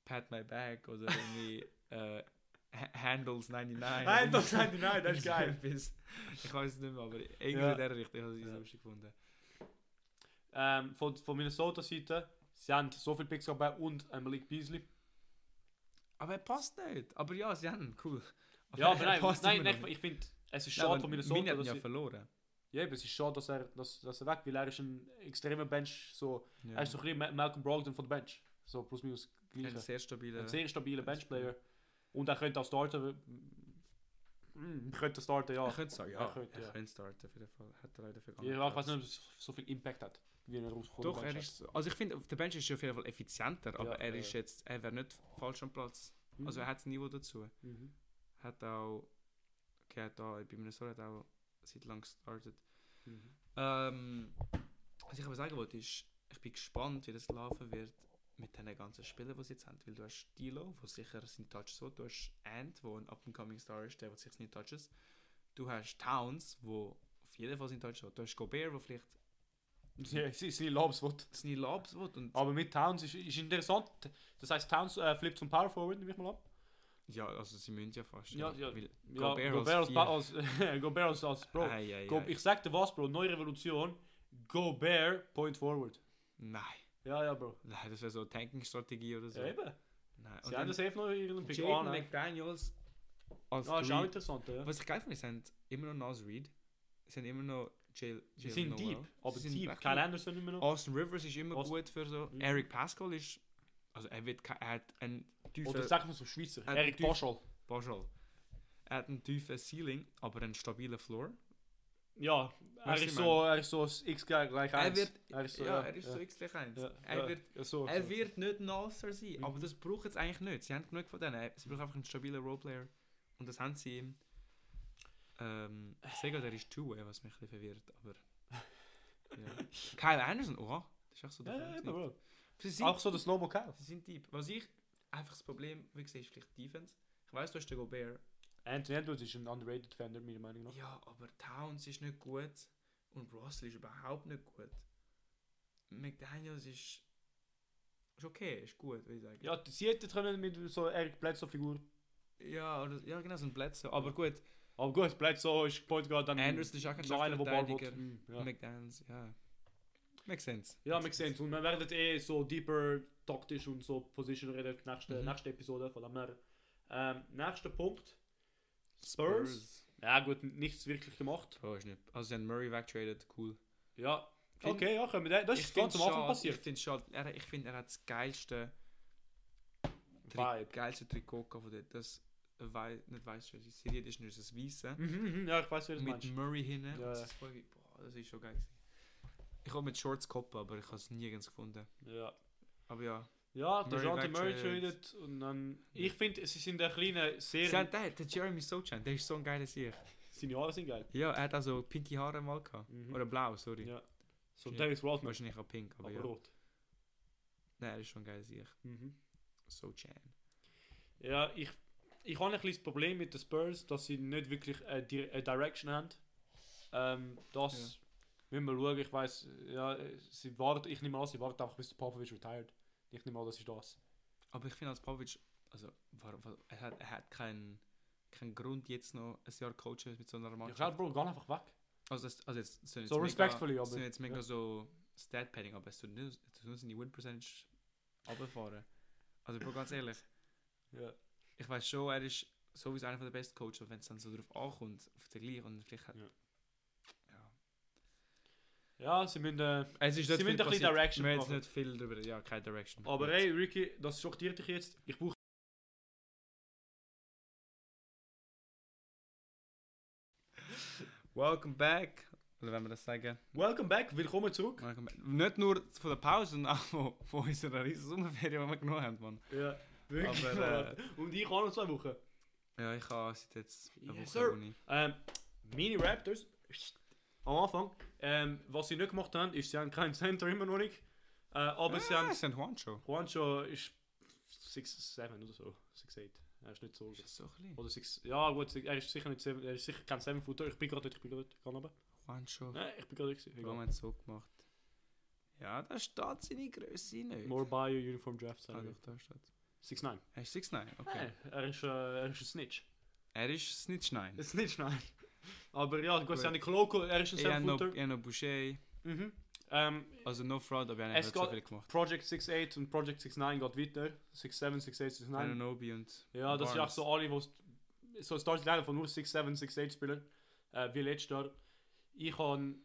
Speaker 1: Pat My Back oder irgendwie äh, Ha- Handles 99.
Speaker 2: Nein, das nein, nein, das ist
Speaker 1: So
Speaker 2: geil.
Speaker 1: etwas. ich weiß es nicht mehr, aber irgendwie
Speaker 2: Ja.
Speaker 1: in der Richtung habe ich es
Speaker 2: Ja.
Speaker 1: lustig gefunden.
Speaker 2: Ähm, von, von Minnesota-Seite, sie haben so viele Picks dabei und ein Malik Beasley.
Speaker 1: Aber er passt nicht. Aber ja, sie haben, cool.
Speaker 2: Ja,
Speaker 1: er
Speaker 2: aber nein,
Speaker 1: passt
Speaker 2: nein,
Speaker 1: immer
Speaker 2: nein
Speaker 1: noch
Speaker 2: ich finde, es ist
Speaker 1: Ja,
Speaker 2: schade
Speaker 1: aber
Speaker 2: von Minnesota,
Speaker 1: Mine hat
Speaker 2: dass
Speaker 1: ja
Speaker 2: sie,
Speaker 1: verloren.
Speaker 2: ja, eben, es ist schade, dass er, dass, dass er weg, weil er ist ein extremer Bench, so,
Speaker 1: Ja.
Speaker 2: er ist so ein bisschen Ma- Malcolm Brogdon von der Bench, so plus minus
Speaker 1: ein
Speaker 2: gleiche.
Speaker 1: sehr stabiler.
Speaker 2: Ein sehr stabiler
Speaker 1: Bench-
Speaker 2: Benchplayer. Und er könnte auch starten, mm, könnte starten, ja.
Speaker 1: Er könnte sagen, ja.
Speaker 2: Er
Speaker 1: Er
Speaker 2: könnte,
Speaker 1: könnte,
Speaker 2: ja.
Speaker 1: starten, auf jeden Fall. Hat er leider vergangen.
Speaker 2: Ja, ich weiß nicht, ob es so viel Impact hat, wie er rauskommt.
Speaker 1: Doch, er ist. Also ich finde, auf der Bench ist er auf jeden Fall effizienter, aber
Speaker 2: Ja,
Speaker 1: er
Speaker 2: ja.
Speaker 1: ist jetzt. Er wäre nicht falsch am Platz. Also er hat das Niveau dazu.
Speaker 2: Mhm.
Speaker 1: Hat auch. Okay, hat auch bei Minnesota hat auch seit lang gestartet.
Speaker 2: Mhm.
Speaker 1: Ähm, was ich aber sagen wollte, ist, ich bin gespannt, wie das laufen wird mit den ganzen Spielen, die sie jetzt haben. Weil du hast Dilo, der sicher seine Touches so, du hast Ant, der ein up-and-coming Star ist, der der sich seine Touches. Du hast Towns, der auf jeden Fall seine Touches hat. Du hast Gobert, der vielleicht
Speaker 2: Ja, es ist seine Lobswort.
Speaker 1: seine Lobs will und
Speaker 2: Aber mit Towns ist, ist interessant. Das heißt, Towns äh, flippt zum Power Forward, nehme ich mal ab.
Speaker 1: ja, also sie müssen ja fast.
Speaker 2: Ja, ja.
Speaker 1: Weil
Speaker 2: Ja, Gobert, als, Pa- als, Gobert als, als Bro.
Speaker 1: Ei, ei,
Speaker 2: Go,
Speaker 1: ei.
Speaker 2: ich sag dir was, Bro, neue Revolution. Gobert, Point Forward.
Speaker 1: Nein,
Speaker 2: Ja, ja, Bro.
Speaker 1: nenein, das wäre so eine Tanking-Strategie oder so.
Speaker 2: Ja, eben.
Speaker 1: Nein.
Speaker 2: Sie haben das safe noch ihren Pick. Ah,
Speaker 1: Also, Jaden
Speaker 2: nein.
Speaker 1: McDaniels als
Speaker 2: Ah, ist auch
Speaker 1: Three-
Speaker 2: interessant, ja.
Speaker 1: Was ich geil finde, sind immer noch Nas Reed, sind immer noch Jail.
Speaker 2: Sie sind deep, aber deep.
Speaker 1: echt
Speaker 2: Kein Anderson nicht mehr noch.
Speaker 1: Austin Rivers ist immer
Speaker 2: Austin-
Speaker 1: gut für so.
Speaker 2: Mhm.
Speaker 1: Eric Pascal ist, also er wird, ke- er hat einen
Speaker 2: Oder
Speaker 1: tiefen
Speaker 2: sag mal so Schweizer.
Speaker 1: Ein
Speaker 2: Eric
Speaker 1: Typ-
Speaker 2: Paschal.
Speaker 1: Pascal. Er hat einen tiefen Ceiling, aber einen stabilen Floor.
Speaker 2: Ja, er
Speaker 1: Weißt du,
Speaker 2: ist
Speaker 1: ich
Speaker 2: so, er ist so das x gleich 1.
Speaker 1: Er wird,
Speaker 2: er ist so,
Speaker 1: ja,
Speaker 2: ja,
Speaker 1: er ist
Speaker 2: ja,
Speaker 1: so x eins.
Speaker 2: ja,
Speaker 1: Er
Speaker 2: ja,
Speaker 1: wird,
Speaker 2: ja, so,
Speaker 1: er
Speaker 2: so.
Speaker 1: wird nicht ein All-Star sein,
Speaker 2: Mhm.
Speaker 1: aber das braucht es eigentlich nicht. Sie haben genug von denen. Sie brauchen einfach einen stabilen Roleplayer und das haben sie ihm. Ähm, ich sehe gerade, er ist Two-Way, was mich ein bisschen verwirrt, aber... Ja. Kyle Anderson, oha, das ist auch so
Speaker 2: Ja, ja, eben,
Speaker 1: Favorit.
Speaker 2: Bro.
Speaker 1: Sie sind,
Speaker 2: Auch so das Lobo Chaos.
Speaker 1: sie sind deep. Was ich... Einfach das Problem, wie gesagt, ist vielleicht die Defense. Ich weiß, du hast den Gobert.
Speaker 2: Anthony Edwards ist ein underrated Defender, meiner Meinung nach.
Speaker 1: Ja, aber Towns ist nicht gut und Russell ist überhaupt nicht gut. McDaniels ist... Ist okay, ist gut, würde ich sagen.
Speaker 2: Ja, sie hätten können mit so Eric Bledsoe-Figur.
Speaker 1: Ja, oder, ja genau, so ein Bledsoe. Aber gut,
Speaker 2: Aber gut, Bledsoe ist Point Guard, dann
Speaker 1: Anderson ist auch kein
Speaker 2: noch einer, der Ball
Speaker 1: Verteidiger.
Speaker 2: will. Mhm, Ja,
Speaker 1: McDaniels, ja. Makes sense.
Speaker 2: ja makes sense. Und wir werden eh so deeper taktisch und so position reden, nächste,
Speaker 1: Mhm.
Speaker 2: nächste Episode. Von dem her. Ähm, nächster Punkt. Spurs. Ja gut, nichts wirklich gemacht.
Speaker 1: Bro, ist nicht. Also, sie haben Murray weggetradet, cool.
Speaker 2: Ja.
Speaker 1: Find-
Speaker 2: Okay, ja, können wir den- das ist ganz am Anfang
Speaker 1: schade, ich
Speaker 2: passiert.
Speaker 1: find's schade. Er, ich finde, er hat das geilste, Tri
Speaker 2: Vibe.
Speaker 1: geilste Trikot gehabt von dort. Das, äh, wei nicht weiß ich, das Serie ist nur das Weiße.
Speaker 2: Mhm, mhm, ja, ich weiß, wie du das
Speaker 1: Mit
Speaker 2: meinst.
Speaker 1: Murray hinten. und
Speaker 2: Ja,
Speaker 1: das
Speaker 2: ja.
Speaker 1: ist voll ge- Boah, das ist schon geil. Gewesen. Ich habe mit Shorts gekoppelt, aber ich habe es nirgends gefunden.
Speaker 2: Ja.
Speaker 1: Aber ja.
Speaker 2: Ja, der
Speaker 1: Murray
Speaker 2: Jean Murray
Speaker 1: weggetradet.
Speaker 2: tradet und dann. Ich finde, sie sind der kleine
Speaker 1: Sie
Speaker 2: Serie.
Speaker 1: haben den, der Jeremy Sochan, der ist so ein geiler Sieg.
Speaker 2: Seine Haare sind geil.
Speaker 1: Ja, er hat also pinke Haare mal gehabt.
Speaker 2: Mhm.
Speaker 1: Oder blau, sorry.
Speaker 2: Ja. So
Speaker 1: Ja.
Speaker 2: Dennis Rodman,
Speaker 1: Wahrscheinlich auch pink, aber,
Speaker 2: aber
Speaker 1: ja.
Speaker 2: rot.
Speaker 1: Nein, er ist schon geil, sicher.
Speaker 2: Mhm.
Speaker 1: So Chan.
Speaker 2: Ja, ich, ich habe ein kleines Problem mit den Spurs, dass sie nicht wirklich eine, Di- eine Direction haben. Ähm, das müssen wir schauen. Ich weiß, ja, sie warten, ich nehme an, sie warten einfach bis der Popovic retired. Ich nehme an, das ist das.
Speaker 1: Aber ich finde, als Pavic Also, warum, wa- er, hat, er hat keinen keinen Grund, jetzt noch ein Jahr Coaches mit so einer
Speaker 2: Ja,
Speaker 1: Mannschaft.
Speaker 2: schau, Bro, geh einfach weg.
Speaker 1: Also, das, also jetzt sind jetzt
Speaker 2: So respectfully,
Speaker 1: mega,
Speaker 2: aber-
Speaker 1: sind jetzt mega
Speaker 2: ja.
Speaker 1: so stat padding aber es tut nicht, es tut nur seine Win Percentage runterfahren. Also, Bro, ganz ehrlich,
Speaker 2: Ja.
Speaker 1: ich weiß schon, er ist sowieso einer der besten Coaches, aber wenn es dann so drauf ankommt, auf den gleichen und vielleicht hat.
Speaker 2: Ja.
Speaker 1: Ja.
Speaker 2: Ja, sie müssen. Äh,
Speaker 1: Es ist
Speaker 2: Sie
Speaker 1: nicht
Speaker 2: müssen
Speaker 1: viel
Speaker 2: ein bisschen
Speaker 1: passiert.
Speaker 2: Direction
Speaker 1: Wir haben jetzt
Speaker 2: machen.
Speaker 1: nicht viel darüber, ja, keine Direction.
Speaker 2: aber
Speaker 1: Jetzt.
Speaker 2: hey, Ricky, das schockiert dich jetzt. Ich brauche.
Speaker 1: Welcome back. Oder wenn wir das sagen.
Speaker 2: Welcome back, willkommen zurück.
Speaker 1: Welcome back. Nicht nur von der Pause, sondern auch von, von unserer riesen Sommerferien, die wir genommen haben, Mann.
Speaker 2: Ja, wirklich.
Speaker 1: Aber,
Speaker 2: Und ich auch noch zwei Wochen.
Speaker 1: Ja, ich habe seit jetzt eine
Speaker 2: Yes,
Speaker 1: Woche
Speaker 2: sir.
Speaker 1: Uni.
Speaker 2: Ähm, Mini Raptors. Am Anfang. Ähm, was sie nicht gemacht haben, ist, sie haben keinen Center immer noch nicht. Äh, aber sie
Speaker 1: Ah,
Speaker 2: haben.
Speaker 1: San Juancho.
Speaker 2: Juancho ist 6'7 oder so. 6'8. Er ist nicht so.
Speaker 1: Ist das so klein?
Speaker 2: Oder 6. Ja, gut, er ist sicher nicht 7. Er ist sicher kein 7 Footer. Ich bin gerade dort, ich bin gerade dort. Kann aber.
Speaker 1: Juancho.
Speaker 2: Nein, ich bin gerade dort. gewesen.
Speaker 1: Warum
Speaker 2: Egal.
Speaker 1: haben sie so gemacht? Ja, da steht seine Größe nicht.
Speaker 2: More Bio Uniform Draft
Speaker 1: Ah,
Speaker 2: Salary.
Speaker 1: doch, da steht.
Speaker 2: 6'9.
Speaker 1: Er ist 6'9, okay.
Speaker 2: Nein, er ist, äh, er ist ein Snitch.
Speaker 1: Er ist Snitch 9.
Speaker 2: Ein Snitch, nein. Aber ja, gut,
Speaker 1: Gut.
Speaker 2: sie haben Coloco, er ist ein
Speaker 1: Ich habe
Speaker 2: 7
Speaker 1: noch,
Speaker 2: Footer.
Speaker 1: ich hab noch Boucher.
Speaker 2: Mhm. Ähm,
Speaker 1: Also no fraud, aber ich habe
Speaker 2: Es
Speaker 1: nicht so
Speaker 2: geht-
Speaker 1: viel gemacht.
Speaker 2: Project 6.8 und Project 6.9 geht weiter. 6.7, 6.8, 6.9.
Speaker 1: Ananobi und
Speaker 2: Ja, das sind auch
Speaker 1: Barnes.
Speaker 2: so alle, die so Starting Line von nur 6.7, 6.8 Spielern, äh, wie letztes Jahr. Ich habe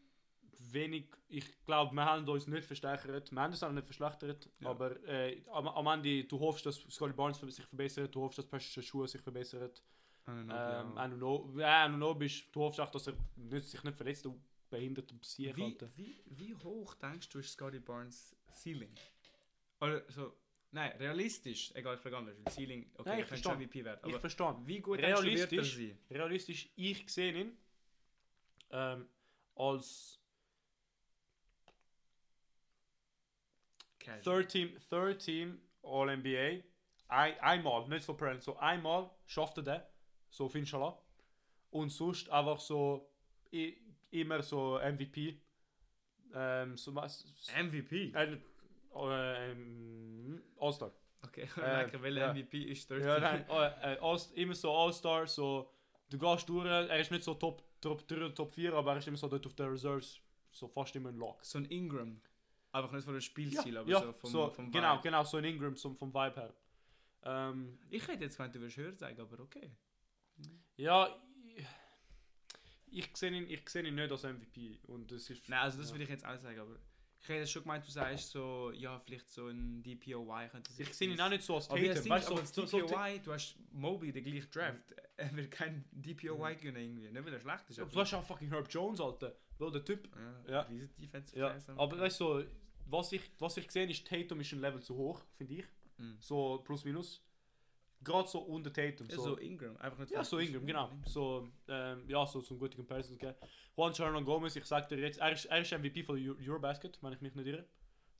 Speaker 2: wenig, ich glaube, wir haben uns nicht verstärkt, wir haben uns auch nicht verschlechtert,
Speaker 1: Ja.
Speaker 2: aber äh, am, am Ende, du hoffst, dass Scotty Barnes sich verbessert, du hoffst, dass Pesche Schuhe sich verbessert.
Speaker 1: Ananobi
Speaker 2: Ähm,
Speaker 1: auch.
Speaker 2: Anunobi, ja, Anunobi ist, du hoffst auch, dass er nicht, sich nicht verletzt und behindert und besiegt.
Speaker 1: Wie,
Speaker 2: Alter.
Speaker 1: wie, wie hoch denkst du ist Scotty Barnes Ceiling? Oder so, nein, realistisch, egal, ich frage anders, weil Ceiling, okay,
Speaker 2: Nein, ich
Speaker 1: er könnte
Speaker 2: verstehe.
Speaker 1: schon VP werden,
Speaker 2: Ich
Speaker 1: aber
Speaker 2: verstehe.
Speaker 1: wie gut denkst du, wird er
Speaker 2: Realistisch-
Speaker 1: sein?
Speaker 2: realistisch, ich sehe ihn ähm, als
Speaker 1: Casual.
Speaker 2: Third Team, Third Team All-NBA. Ein, einmal, nicht von Parents, so einmal schafft er das, so auf inshallah. Und sonst einfach so i, immer so MVP. Ähm, so was.
Speaker 1: MVP?
Speaker 2: Äh, ähm, All-Star.
Speaker 1: Okay, ich
Speaker 2: äh,
Speaker 1: merke, welcher
Speaker 2: ja.
Speaker 1: MVP ist Third
Speaker 2: Ja,
Speaker 1: Team?
Speaker 2: nein, äh, äh, All immer so All-Star, so du gehst durch, er ist nicht so Top, Top 3 oder Top 4, aber er ist immer so dort auf der Reserves, so fast immer ein Lock.
Speaker 1: So ein Ingram, einfach nicht von dem
Speaker 2: Ja,
Speaker 1: Spielstil, aber
Speaker 2: ja,
Speaker 1: so vom, vom
Speaker 2: genau,
Speaker 1: Vibe.
Speaker 2: genau, so ein Ingram so, vom Vibe her. Ähm,
Speaker 1: Ich hätte jetzt gemeint, du würdest höher sagen, aber okay.
Speaker 2: ja, ich- ich sehe ihn, ich sehe ihn nicht als MVP und das ist.
Speaker 1: Nein, also das
Speaker 2: ja.
Speaker 1: würde ich jetzt auch sagen, aber ich hätte schon gemeint, du sagst so, ja, vielleicht so ein DPOY könnte sich
Speaker 2: ich sehe ihn auch nicht so als
Speaker 1: Aber ja,
Speaker 2: Tatum, weißt du,
Speaker 1: aber
Speaker 2: so,
Speaker 1: so,
Speaker 2: so, so,
Speaker 1: DPOY, du hast Mobley den gleichen Draft. Er wird kein DPOY gewinnen irgendwie, nicht weil er schlecht ist.
Speaker 2: du hast auch fucking Herb Jones, Alter, Bro, der Typ. Ja.
Speaker 1: ja. Diese Defensive
Speaker 2: Ja,
Speaker 1: Players haben-
Speaker 2: aber weißt du, so, was ich, was ich sehe, ist Tatum ist ein Level zu hoch, finde ich.
Speaker 1: Mhm.
Speaker 2: So plus minus. Gerade so unter Tatum.
Speaker 1: Ja,
Speaker 2: So.
Speaker 1: so Ingram, einfach nicht
Speaker 2: ja,
Speaker 1: fast-
Speaker 2: so Ingram, genau. So, ähm, ja, so zum guten Comparison. Okay. Juan Hernan Gomez, ich sag dir jetzt, er ist, er ist MVP von der Euro- Eurobasket, wenn ich mich nicht irre.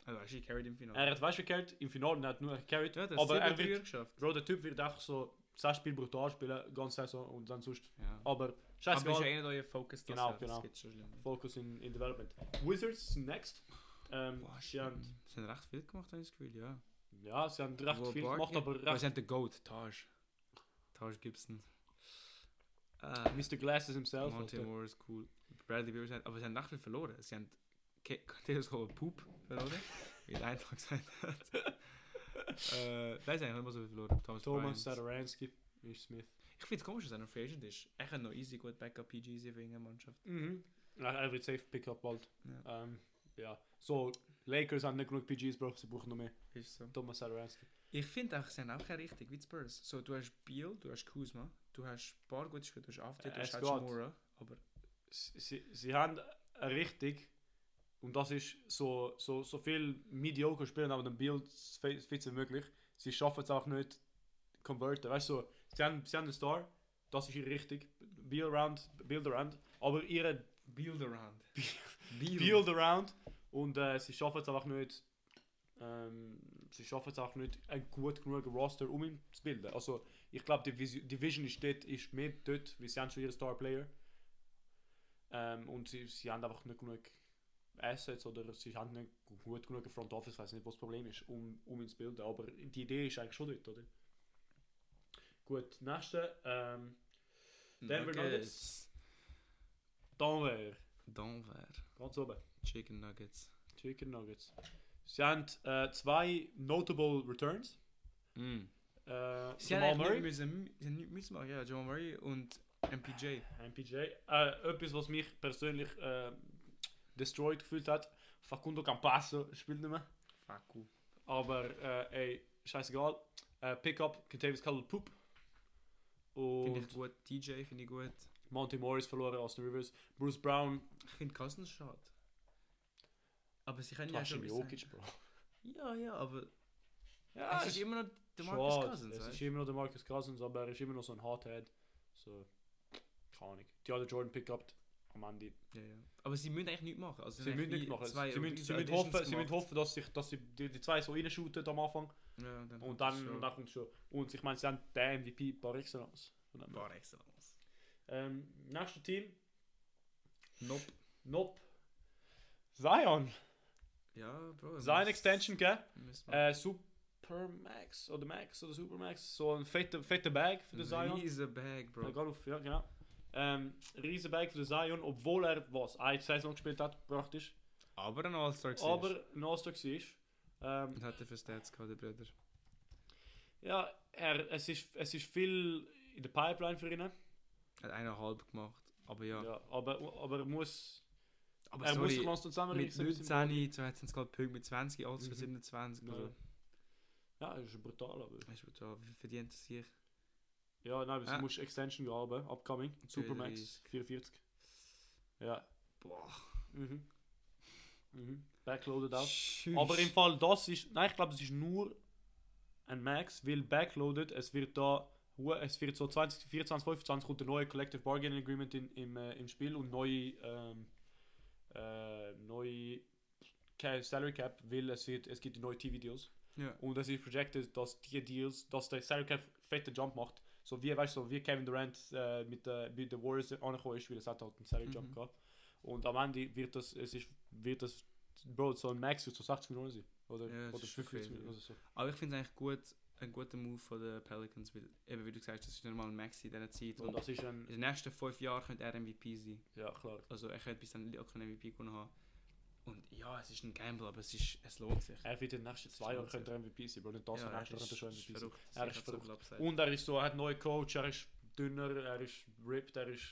Speaker 1: Also, er ist carried im Finale.
Speaker 2: Er hat weißt du gecarried, im Finale er hat nur gecarried.
Speaker 1: Ja, das
Speaker 2: aber er
Speaker 1: Dreier
Speaker 2: wird,
Speaker 1: geschafft.
Speaker 2: Bro, der Typ wird einfach so 6 Spiele brutal spielen, ganze Saison und dann sonst.
Speaker 1: Ja.
Speaker 2: Aber
Speaker 1: Aber ist ja
Speaker 2: scheißegal,
Speaker 1: eh nicht euer Focus. das
Speaker 2: Genau,
Speaker 1: Jahr,
Speaker 2: genau.
Speaker 1: Das geht schon schlimm.
Speaker 2: Focus in, in Development. Wizards sind next. Ähm,
Speaker 1: Boah,
Speaker 2: sie haben,
Speaker 1: stimmt. Sie haben recht viel gemacht, habe ich das Gefühl, ja.
Speaker 2: ja, sie haben recht
Speaker 1: Wo
Speaker 2: viel
Speaker 1: Barkley-
Speaker 2: gemacht, aber
Speaker 1: Aber
Speaker 2: recht
Speaker 1: sie haben den Goat, Taj. Taj Gibson. Ah.
Speaker 2: Mr. Glasses himself.
Speaker 1: Monte
Speaker 2: Alter.
Speaker 1: Moore ist cool. Bradley Beal ist halt, aber sie haben nach wie vor verloren. Sie haben Ke- Cornelius Cole Poop verloren, wie der Eintrag gesagt hat. äh, nein, sie haben nicht mal so viel verloren. Thomas,
Speaker 2: Thomas
Speaker 1: Bryant.
Speaker 2: Sadaransky, Ish Smith.
Speaker 1: Ich finde es komisch, dass er noch Free Agent ist. Er kann noch easy gut Backup PG sein für irgendeine Mannschaft.
Speaker 2: Mhm. Er wird safe pick up bald.
Speaker 1: Ja.
Speaker 2: Ähm, ja. So, Lakers haben nicht genug PGs, brauchen sie brauchen noch mehr.
Speaker 1: Ist so.
Speaker 2: Thomas Sadaransky.
Speaker 1: Ich finde auch, sie haben auch keine richtig wie die Spurs. So, du hast Beal, du hast Kuzma, du hast ein paar gute Spieler, du hast Afti, du
Speaker 2: Äh,
Speaker 1: hast
Speaker 2: es
Speaker 1: Hachimura. Aber
Speaker 2: Sie, sie, sie haben eine richtig, und das ist so, so, so viel mediocre Spielen, aber dem Bild fit wie möglich. Sie schaffen es auch nicht, converten. Weißt du, so, sie haben, sie haben einen Star, das ist ihr richtig. Build around, build around. Aber ihre
Speaker 1: Beal around.
Speaker 2: build around und äh, sie schaffen es einfach nicht ähm, sie schaffen es auch nicht ein gut genug Roster um ihn zu bilden also ich glaube die Visi- die Vision ist dort ist mehr dort weil sie haben schon ihre Star Player ähm, und sie, sie haben einfach nicht genug Assets oder sie haben nicht gut genug ein Front Office ich weiß nicht was das Problem ist um, um ihn zu bilden aber die Idee ist eigentlich schon dort oder Gut, nächste. Ähm, Denver Nuggets. Denver.
Speaker 1: Denver.
Speaker 2: Ganz oben.
Speaker 1: Chicken Nuggets.
Speaker 2: Chicken Nuggets. Sie haben äh, zwei notable Returns.
Speaker 1: Mm.
Speaker 2: Äh,
Speaker 1: Sie
Speaker 2: Jamal
Speaker 1: haben eigentlich nicht
Speaker 2: Murray.
Speaker 1: müssen, sie haben nicht müssen machen. Ja, Jamal Murray und MPJ.
Speaker 2: MPJ. Äh, etwas, was mich persönlich äh, destroyed gefühlt hat. Facundo Campasso spielt nicht mehr.
Speaker 1: Fuck you.
Speaker 2: Aber äh, ey, scheißegal. Äh, Pickup, Contavious Caldwell Poop.
Speaker 1: Finde ich
Speaker 2: Und
Speaker 1: gut. TJ finde ich gut.
Speaker 2: Monty Morris verloren, Austin Rivers. Bruce Brown,
Speaker 1: Ich finde Cousins schade. Aber sie können ja schon
Speaker 2: Taschen ja,
Speaker 1: etwas
Speaker 2: Jokic,
Speaker 1: sagen.
Speaker 2: Bro.
Speaker 1: Ja, ja, aber
Speaker 2: Ja,
Speaker 1: es ist immer noch der
Speaker 2: schade.
Speaker 1: Marcus Cousins.
Speaker 2: Es
Speaker 1: weißt
Speaker 2: ist
Speaker 1: du?
Speaker 2: immer noch der Marcus Cousins, aber er ist immer noch so ein Hothead. So, keine Ahnung. Die hat den Jordan Pickup am Ende.
Speaker 1: Ja, ja. Aber sie müssen eigentlich nichts machen. Also
Speaker 2: Sie müssen nicht machen. Sie müssen, sie müssen hoffen, sie müssen hoffen, dass, sich, dass sie die, die zwei so reinschuten am Anfang.
Speaker 1: hoffen. Ja, dann
Speaker 2: Und dann, und dann kommt schon. Und ich meine, sie haben den MVP par excellence. Von dem her.
Speaker 1: War excellence.
Speaker 2: Ähm, nächstes Team,
Speaker 1: Nope.
Speaker 2: Nope. Zion.
Speaker 1: Ja, Bro.
Speaker 2: Zion
Speaker 1: muss-
Speaker 2: Extension, gell?
Speaker 1: muss man-
Speaker 2: Äh, Supermax oder Max oder Supermax. So ein fetter, fetter Bag für den
Speaker 1: Ein
Speaker 2: Zion.
Speaker 1: riesen Bag,
Speaker 2: Ja,
Speaker 1: Bro.
Speaker 2: gerade auf, ja, genau. Ähm, riesen Bag für den Zion, obwohl er was? Eine Saison gespielt hat, praktisch.
Speaker 1: Aber ein All-Star gewesen ist.
Speaker 2: Aber ein All-Star war. Ähm,
Speaker 1: Und hat er für Stats gehabt, der Bruder.
Speaker 2: ja, er, es, ist, es ist viel in der Pipeline für ihn.
Speaker 1: Hat eineinhalb gemacht. Aber ja.
Speaker 2: Ja. aber, aber er muss,
Speaker 1: Aber
Speaker 2: er muss
Speaker 1: sorry,
Speaker 2: sich langsam
Speaker 1: mit
Speaker 2: zusammenreißen.
Speaker 1: 19, 20 gerade Punkte, mit 20, alles
Speaker 2: Mhm.
Speaker 1: für 27.
Speaker 2: Ja.
Speaker 1: Also,
Speaker 2: Ja, das ist brutal, aber.
Speaker 1: weißt du, brutal, wie viel verdient er sich?
Speaker 2: Ja, nein, aber
Speaker 1: Ah.
Speaker 2: du musst Extension gehen, aber upcoming. Supermax
Speaker 1: 34.
Speaker 2: 44. Ja.
Speaker 1: Boah.
Speaker 2: Mhm. Mhm. Backloaded auch.
Speaker 1: Tschüss.
Speaker 2: Aber im Fall das ist, nein, ich glaube, es ist nur ein Max, weil backloaded, es wird da, hu- es wird so 20, 24, 25 kommt ein neuer Collective Bargaining Agreement in, im, äh, im Spiel und neue, ähm, äh, neue Ca- Salary Cap, weil es wird, es gibt neue TV-Deals
Speaker 1: Ja.
Speaker 2: und es ist projected, dass die Deals, dass der Salary Cap fette Jump macht. So wie, weißt du, so wie Kevin Durant äh, mit, äh, mit den Warriors angekommen ist, weil es hat halt einen Salary Jump
Speaker 1: Mhm.
Speaker 2: gehabt. Und am Ende wird das, es ist, wird das, Bro, so ein Max wird so 60 Millionen sein. Oder,
Speaker 1: Ja, das
Speaker 2: oder
Speaker 1: ist
Speaker 2: 45
Speaker 1: crazy.
Speaker 2: Millionen oder so.
Speaker 1: Aber ich finde es eigentlich gut, ein guter Move von den Pelicans, weil, eben wie du gesagt hast, das ist normal ein Maxi in dieser Zeit.
Speaker 2: Und
Speaker 1: Und
Speaker 2: das ist ein,
Speaker 1: in den nächsten 5 Jahren könnte er MVP sein.
Speaker 2: ja klar.
Speaker 1: Also er könnte bis dann auch keinen MVP gewonnen haben. Und ja, es ist ein Gamble, aber es, ist, es lohnt sich.
Speaker 2: Er wird in den nächsten zwei Jahren könnte er MVP sein, Bro. Nicht das,
Speaker 1: Ja,
Speaker 2: sondern
Speaker 1: er
Speaker 2: nächstes Jahr könnte er schon
Speaker 1: ist
Speaker 2: MVP sein.
Speaker 1: verrückt.
Speaker 2: Er
Speaker 1: Er
Speaker 2: ist
Speaker 1: hat so viel Upside.
Speaker 2: Und er ist so, er hat einen neuen Coach, er ist dünner, er ist ripped, er ist,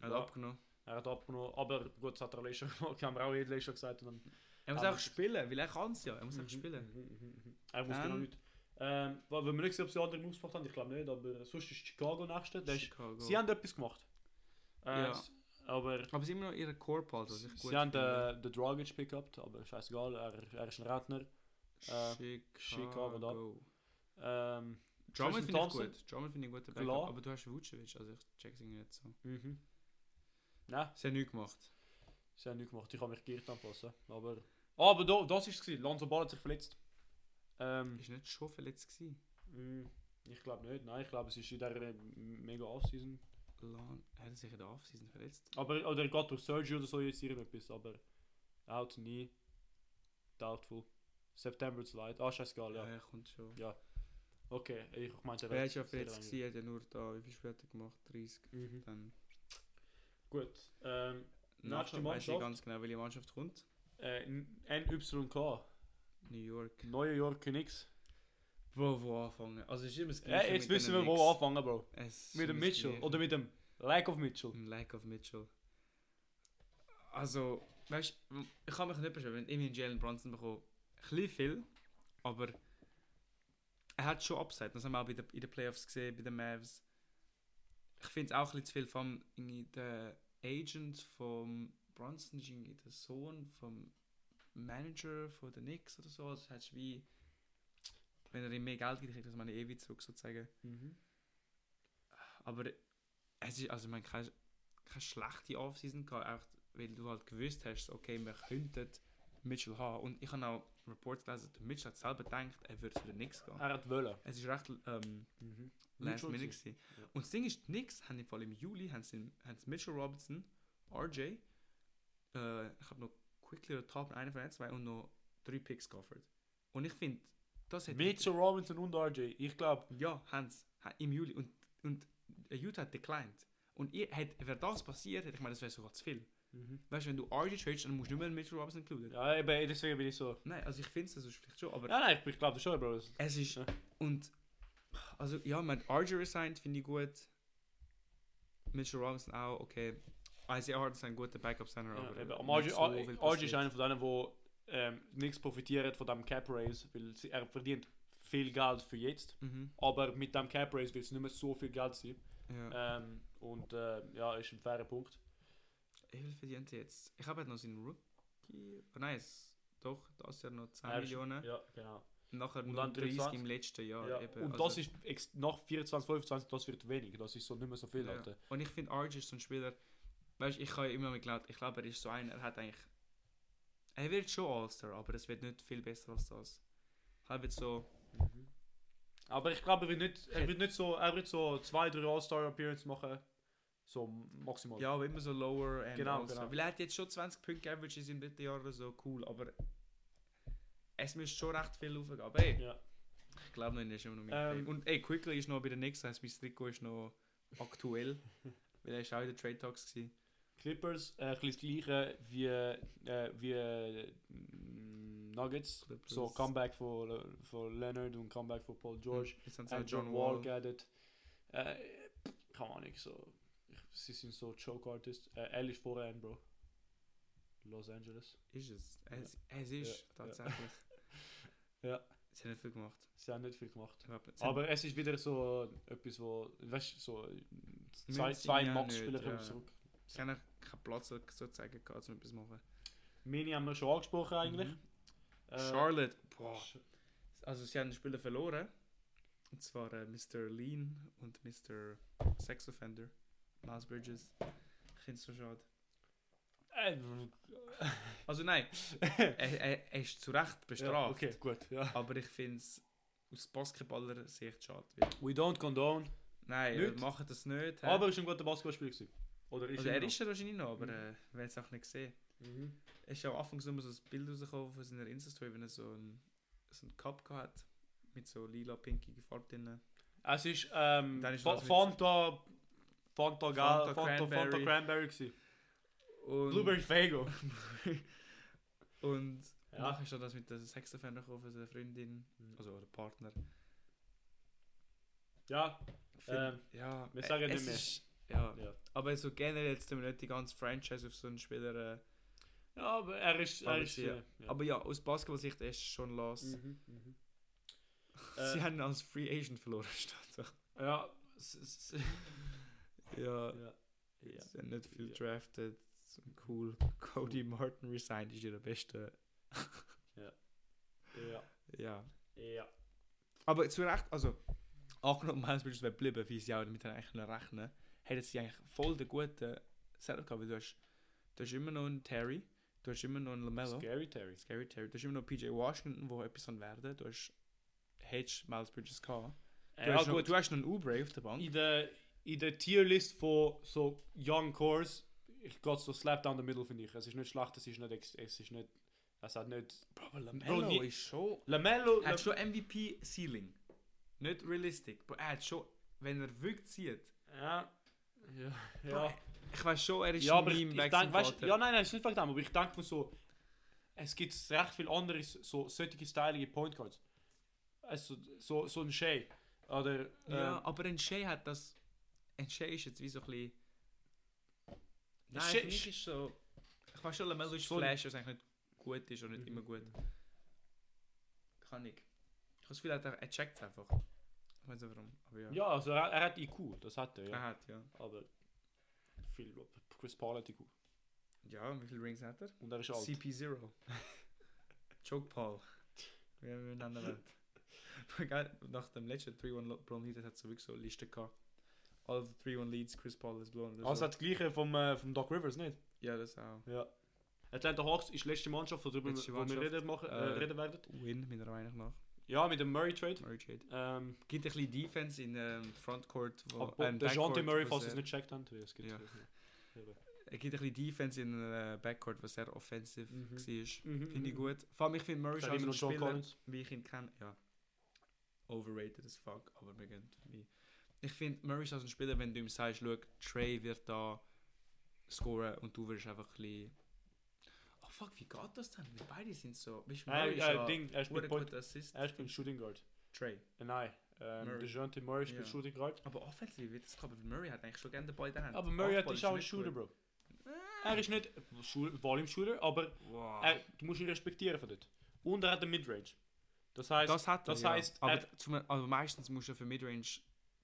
Speaker 1: Er hat
Speaker 2: ja,
Speaker 1: abgenommen.
Speaker 2: er hat abgenommen. Aber gut, das hat er alle schon gemacht, haben wir auch jedes Jahr schon gesagt. Und dann,
Speaker 1: Er muss
Speaker 2: Aber-
Speaker 1: auch spielen, weil er kann es ja. Er muss auch spielen.
Speaker 2: Mhm, mhm, mhm. Er muss
Speaker 1: Ähm.
Speaker 2: genau nicht. Ähm, wa- wenn wir nicht sehen, ob sie andere Moves gemacht haben, ich glaube nicht, aber sonst ist Chicago nächste. Der ist,
Speaker 1: Chicago.
Speaker 2: sie haben etwas gemacht. Äh,
Speaker 1: Ja.
Speaker 2: s- Aber
Speaker 1: aber sie haben immer noch ihre Core Pals, was ich gut
Speaker 2: sie haben
Speaker 1: finde.
Speaker 2: den, den Dragic pickupt, aber scheißegal, er, er ist ein Redner. äh, Chicago da.
Speaker 1: Chicago.
Speaker 2: Ähm,
Speaker 1: Drummond
Speaker 2: Tristan
Speaker 1: finde ich
Speaker 2: Thompson.
Speaker 1: gut. Drummond finde ich gut.
Speaker 2: Klar.
Speaker 1: Backup, aber du hast Vucevic, also ich check's irgendwie nicht so.
Speaker 2: mhm. Nein,
Speaker 1: Sie haben nichts gemacht.
Speaker 2: sie haben nichts gemacht, ich habe mich geirrt anpassen. Aber, Ah, aber da, das war es, Lonzo Ball hat sich verletzt. Ähm,
Speaker 1: Ist nicht schon verletzt gewesen.
Speaker 2: mm, ich glaube nicht, nein, ich glaube, es ist in der äh, mega Offseason.
Speaker 1: Lan er hat sich in der Offseason verletzt.
Speaker 2: Aber, oder er geht durch Surgery oder so jetzt irgendetwas, aber out nie. Doubtful. September zu leid. Ah, scheißegal,
Speaker 1: Ja,
Speaker 2: ja.
Speaker 1: er kommt schon.
Speaker 2: Okay, ich meinte,
Speaker 1: Er ist ja verletzt gewesen, hat ja nur da, wie viel Spiele hat er gemacht? 30.
Speaker 2: Mhm.
Speaker 1: Dann
Speaker 2: Gut. Ähm, Nächste
Speaker 1: nachher weiss ich
Speaker 2: Mannschaft.
Speaker 1: ganz genau, welche Mannschaft kommt.
Speaker 2: äh, NYK.
Speaker 1: New York.
Speaker 2: New York Knicks.
Speaker 1: Bro, wo anfangen? Also es ist immer das Gleiche
Speaker 2: Äh, jetzt
Speaker 1: mit
Speaker 2: wissen wir,
Speaker 1: diesen
Speaker 2: wo
Speaker 1: Knicks.
Speaker 2: wir anfangen, Bro.
Speaker 1: Es ist
Speaker 2: Mit dem
Speaker 1: immer das
Speaker 2: Mitchell.
Speaker 1: Gleiche.
Speaker 2: Oder mit dem Lack of Mitchell.
Speaker 1: Im Lack of Mitchell. Also, weißt du, ich kann mich nicht beschweren, wenn ich irgendwie einen Jalen Brunson bekomme. Ein bisschen viel, aber er hat schon Upside. Das haben wir auch bei den, in den Playoffs gesehen, bei den Mavs. Ich finde es auch ein bisschen zu viel vom irgendwie der Agent vom Brunson, ist irgendwie der Sohn vom Manager von den Knicks oder so. Also, das heißt wie, wenn er ihm mehr Geld gibt, kriegt er meine ewig zurück sozusagen.
Speaker 2: Mhm.
Speaker 1: Aber es ist, also man keine, keine schlechte Offseason gehabt, einfach weil du halt gewusst hast, okay, wir könnten Mitchell haben. Und ich habe auch Reports gelesen, der Mitchell hat selber gedacht, er würde zu den Knicks gehen.
Speaker 2: Er hat wollen.
Speaker 1: Es ist recht ähm,
Speaker 2: Mhm.
Speaker 1: last
Speaker 2: Neutral
Speaker 1: minute
Speaker 2: gewesen.
Speaker 1: gewesen.
Speaker 2: Ja.
Speaker 1: Und das Ding ist, die Knicks haben im Fall im Juli haben sie, haben sie Mitchell Robinson, RJ, äh, ich habe noch Quickly oder Top, einen von den zwei und noch drei Picks geoffert. Und ich finde, das hätte
Speaker 2: Mitchell Robinson und RJ. Ich glaube,
Speaker 1: ja, Hans, im Juli. Und Und äh, Utah hat declined. Und ihr, hat, wäre das passiert, hätte ich gemeint, das wäre sogar zu viel. Weißt du, wenn du RG tradest, dann musst du nicht mehr Mitchell Robinson includen.
Speaker 2: Ja, eben, deswegen bin ich so.
Speaker 1: Nein, also ich finde es sonst vielleicht schon, aber
Speaker 2: Ja, nein, ich, ich glaube schon, Bro.
Speaker 1: es ist.
Speaker 2: Ja.
Speaker 1: Und. Also, ja, man hat RG resigned, finde ich gut. Mitchell Robinson auch, okay. Isaiah Harden ist ein guter Backup-Center,
Speaker 2: Ja,
Speaker 1: aber.
Speaker 2: eben. Am
Speaker 1: nicht
Speaker 2: RG,
Speaker 1: so viel
Speaker 2: RG ist
Speaker 1: passiert.
Speaker 2: einer von denen, wo ähm, nichts profitiert von dem Cap Raise, weil sie, er verdient viel Geld für jetzt.
Speaker 1: Mhm.
Speaker 2: Aber mit dem Cap Raise wird es nicht mehr so viel Geld sein.
Speaker 1: Ja.
Speaker 2: Ähm, und äh, ja, ist ein fairer Punkt.
Speaker 1: Wie viel verdient er jetzt? Ich habe halt noch seinen Rookie. Oh, nein, es, doch, das Jahr noch 10
Speaker 2: Er ist-
Speaker 1: Millionen.
Speaker 2: Ja, genau.
Speaker 1: Nachher
Speaker 2: Und
Speaker 1: nur
Speaker 2: dann
Speaker 1: 30
Speaker 2: 23.
Speaker 1: im letzten Jahr.
Speaker 2: ja.
Speaker 1: Eben. also
Speaker 2: Und das ist ex- nach 24, 25, das wird wenig. Das ist so nicht mehr so viel.
Speaker 1: Ja.
Speaker 2: Alter.
Speaker 1: Und ich finde, RG ist so ein Spieler, weißt ich habe immer geglaubt, ich glaube, er ist so einer, er hat eigentlich. Er wird schon All-Star, aber es wird nicht viel besser als das. Halb jetzt so.
Speaker 2: Aber ich glaube, er wird nicht, er wird nicht so, er wird so zwei, drei All-Star-Appearance machen. So maximal.
Speaker 1: Ja, aber immer so lower and
Speaker 2: Genau,
Speaker 1: All-Star.
Speaker 2: genau.
Speaker 1: Weil er hat jetzt schon 20 Punkte Average in seinem dritten Jahr oder so, cool, aber. Es müsste schon recht viel raufgehen. Aber ey,
Speaker 2: Ja.
Speaker 1: ich glaube noch, er ist immer noch mit.
Speaker 2: Ähm.
Speaker 1: Und ey, Quickly ist noch bei der nächsten, heißt mein Trikot ist noch aktuell. weil er ist auch in den Trade Talks gewesen.
Speaker 2: Clippers, äh, ein bisschen das gleiche wie, äh, wie äh, mm, Nuggets.
Speaker 1: Clippers.
Speaker 2: So Comeback von, Le- von Leonard und Comeback von Paul George.
Speaker 1: Jetzt haben sie
Speaker 2: Äh,
Speaker 1: auch
Speaker 2: John Wall geadet. Äh, pff, keine Ahnung, so. Ich, sie sind so Choke Artists. Äh, er ist vorher ein Bro. Los Angeles.
Speaker 1: Ist es.
Speaker 2: Ja.
Speaker 1: Es, es ist
Speaker 2: ja.
Speaker 1: tatsächlich.
Speaker 2: Ja.
Speaker 1: Sie haben nicht viel gemacht.
Speaker 2: Sie haben nicht viel gemacht.
Speaker 1: Ich glaub, sie
Speaker 2: Aber es ist wieder so äh, etwas, wo. Weißt du, so. äh, Zwei,
Speaker 1: Müssen
Speaker 2: zwei
Speaker 1: sie ja
Speaker 2: Max-Spieler
Speaker 1: nicht,
Speaker 2: kommen
Speaker 1: ja.
Speaker 2: zurück.
Speaker 1: haben- Sie haben eigentlich keinen Platz so- sozusagen gehabt, um etwas zu machen.
Speaker 2: Mini haben wir schon angesprochen eigentlich.
Speaker 1: Mhm.
Speaker 2: Äh,
Speaker 1: Charlotte, boah.
Speaker 2: Sch-
Speaker 1: Also sie haben einen Spieler verloren. Und zwar äh, Mr. Lean und Mr. Sex Offender. Miles Bridges. Ich finde es so schade.
Speaker 2: Äh,
Speaker 1: Also nein, er, er, er ist zu Recht bestraft.
Speaker 2: ja, okay, gut. Ja.
Speaker 1: Aber ich finde es aus Basketballer Sicht schade. Weil,
Speaker 2: We don't condone.
Speaker 1: nein,
Speaker 2: Nicht?
Speaker 1: wir machen das nicht. hä?
Speaker 2: Aber er ist ein guter Basketballspieler gewesen. Oder ist
Speaker 1: also, er
Speaker 2: immer
Speaker 1: ist er wahrscheinlich noch, aber
Speaker 2: Mhm.
Speaker 1: äh, wir haben es auch nicht gesehen.
Speaker 2: noch. Mhm.
Speaker 1: Es ist ja am Anfang so immer so ein Bild rausgekommen von seiner Insta-Story, wenn er so einen, so einen Cup hat mit so lila, pinkiger Farbe drin.
Speaker 2: Es ist ähm,
Speaker 1: Dann ist
Speaker 2: Fa-
Speaker 1: das mit-
Speaker 2: Fanta, Fanta,
Speaker 1: Fanta
Speaker 2: Gal, Fanta, Fanta Cranberry,
Speaker 1: Cranberry.
Speaker 2: gewesen.
Speaker 1: Und,
Speaker 2: Blueberry Fago.
Speaker 1: und
Speaker 2: Ja. Mhm.
Speaker 1: nachher ist dann das mit der Sexoffender gekommen von seiner Freundin, also oder Partner.
Speaker 2: Ja,
Speaker 1: Ich
Speaker 2: Ähm,
Speaker 1: find- ja,
Speaker 2: wir
Speaker 1: äh,
Speaker 2: sagen
Speaker 1: es
Speaker 2: nicht mehr.
Speaker 1: Ist, ja.
Speaker 2: Ja.
Speaker 1: aber so generell jetzt tun wir nicht die ganze Franchise auf so einen Spieler. Äh,
Speaker 2: ja, aber er ist. Er
Speaker 1: Aber
Speaker 2: ist
Speaker 1: sie-
Speaker 2: äh, ja.
Speaker 1: Aber ja, aus Basketball-Sicht ist es schon los.
Speaker 2: Mhm, mhm.
Speaker 1: Sie
Speaker 2: Äh,
Speaker 1: haben ihn als Free Agent verloren, statt.
Speaker 2: ja, s- s-
Speaker 1: ja.
Speaker 2: ja. ja.
Speaker 1: Sie haben nicht viel
Speaker 2: Ja.
Speaker 1: drafted. So Cool. Cody Martin resigned ist ja der beste.
Speaker 2: Ja.
Speaker 1: Ja.
Speaker 2: Ja.
Speaker 1: Aber zu Recht, also, angenommen, Miles Bridges wäre geblieben, wie sie auch damit hätten eigentlich rechnen können, hätten sie eigentlich voll den guten Setup gehabt, weil du hast, du hast immer noch einen Terry, du hast immer noch einen Lamello, Scary,
Speaker 2: Scary Terry.
Speaker 1: Terry, du hast immer noch PJ Washington, wo etwas kann werden kann, du hast Hedge Miles Bridges gehabt. Du,
Speaker 2: Äh, ja,
Speaker 1: hast noch,
Speaker 2: gut.
Speaker 1: du hast noch einen Ubre auf der Bank.
Speaker 2: In der, in der Tierlist von so Young Cores, ich gehe so slap down the middle, finde ich. Es ist nicht schlecht, es ist nicht, ex- es ist nicht, es hat nicht...
Speaker 1: Bro,
Speaker 2: Bro, nie-
Speaker 1: ist schon
Speaker 2: Lamello,
Speaker 1: Er hat schon
Speaker 2: Lam-
Speaker 1: MVP-Ceiling. Nicht realistic. Bro, er hat schon, wenn er wirklich zieht.
Speaker 2: ja, ja,
Speaker 1: Bro,
Speaker 2: ja.
Speaker 1: Ich weiß schon, er ist
Speaker 2: Ja, aber ich,
Speaker 1: nie
Speaker 2: ich
Speaker 1: im
Speaker 2: denke, weißt,
Speaker 1: Wechselvater.
Speaker 2: ja, nein, nein, es ist nicht wegen dem, aber ich denke mir so, es gibt recht viele andere so solche stylige Point Guards. Also so, so ein Shay oder
Speaker 1: Ja,
Speaker 2: ähm,
Speaker 1: aber ein Shea hat das. Ein Shea ist jetzt wie so ein bisschen. Nein,
Speaker 2: Shea-
Speaker 1: für mich ist so. Ich weiß schon, Lamello ist
Speaker 2: So ein-
Speaker 1: Flash, was eigentlich nicht gut ist und nicht immer gut. Kann ich. Ich habe das Gefühl, er, hat- er checkt es einfach. Ich weiß nicht warum. Aber ja.
Speaker 2: ja, also er, er hat IQ, das hat er, ja.
Speaker 1: Er hat, ja.
Speaker 2: Aber viel Chris Paul hat IQ
Speaker 1: Ja, wie viele Rings hat er?
Speaker 2: und er ist alt.
Speaker 1: CP0. Choke Paul. Wie haben wir ihn nennt. Aber geil, Nach dem letzten 3-1-Blown-Lead hat es wirklich so eine Liste gehabt. All the 3-1-Leads, Chris Paul is blown. oder
Speaker 2: Also
Speaker 1: so.
Speaker 2: hat das gleiche vom, äh, vom Doc Rivers, nicht?
Speaker 1: Ja, das auch.
Speaker 2: Ja. Atlanta Hawks ist die letzte Mannschaft, worüber
Speaker 1: Letzte
Speaker 2: wo wir
Speaker 1: Mannschaft.
Speaker 2: reden, machen, äh,
Speaker 1: Äh,
Speaker 2: reden werden.
Speaker 1: Win, meiner Meinung nach.
Speaker 2: Ja, mit dem Murray Trade.
Speaker 1: Murray Jade.
Speaker 2: Ähm,
Speaker 1: Gibt ein bisschen Defense in ähm, Frontcourt. Wo,
Speaker 2: obwohl
Speaker 1: ähm,
Speaker 2: der
Speaker 1: Backcourt,
Speaker 2: Jante Murray,
Speaker 1: wo
Speaker 2: falls ihr es
Speaker 1: sehr-
Speaker 2: nicht checkt habt, es gibt.
Speaker 1: Ja.
Speaker 2: Ja.
Speaker 1: Es gibt ein bisschen Defense in äh, Backcourt, was sehr offensiv
Speaker 2: Mhm.
Speaker 1: war. Finde
Speaker 2: Mhm,
Speaker 1: ich
Speaker 2: mhm.
Speaker 1: gut. Vor allem, ich finde Murray
Speaker 2: Ich
Speaker 1: ist
Speaker 2: sage
Speaker 1: auch
Speaker 2: immer
Speaker 1: so ein
Speaker 2: noch John
Speaker 1: Spieler,
Speaker 2: Collins.
Speaker 1: wie ich ihn kenne. Ja. Overrated as fuck, aber wir gehen wie Ich finde, Murray ist als ein Spieler, wenn du ihm sagst, schau, Trey wird da scoren und du wirst einfach ein bisschen. Oh fuck, wie geht das denn? Wir beide sind so. Weißt, du, Murray
Speaker 2: Äh,
Speaker 1: ist ja
Speaker 2: äh, Ding, er
Speaker 1: verdammt
Speaker 2: spielt, Point,
Speaker 1: gut Assist.
Speaker 2: er spielt Shooting Guard.
Speaker 1: Trey.
Speaker 2: Äh, nein, ähm,
Speaker 1: Murray.
Speaker 2: DeJounte Murray spielt
Speaker 1: Ja.
Speaker 2: Shooting Guard.
Speaker 1: Aber offensiv wird das kommen, weil Murray hat eigentlich schon gerne den Ball in der Hand.
Speaker 2: Aber Murray hat-
Speaker 1: Offball
Speaker 2: ist auch ein
Speaker 1: nicht
Speaker 2: Shooter,
Speaker 1: gut.
Speaker 2: Bro. Er ist nicht Volume-Shooter, aber
Speaker 1: Wow.
Speaker 2: er, du musst ihn respektieren von dort. Und er hat eine Midrange. Das heißt,
Speaker 1: das hat er,
Speaker 2: das
Speaker 1: ja.
Speaker 2: heisst, äh-
Speaker 1: aber,
Speaker 2: er-
Speaker 1: zum, also meistens musst du für Midrange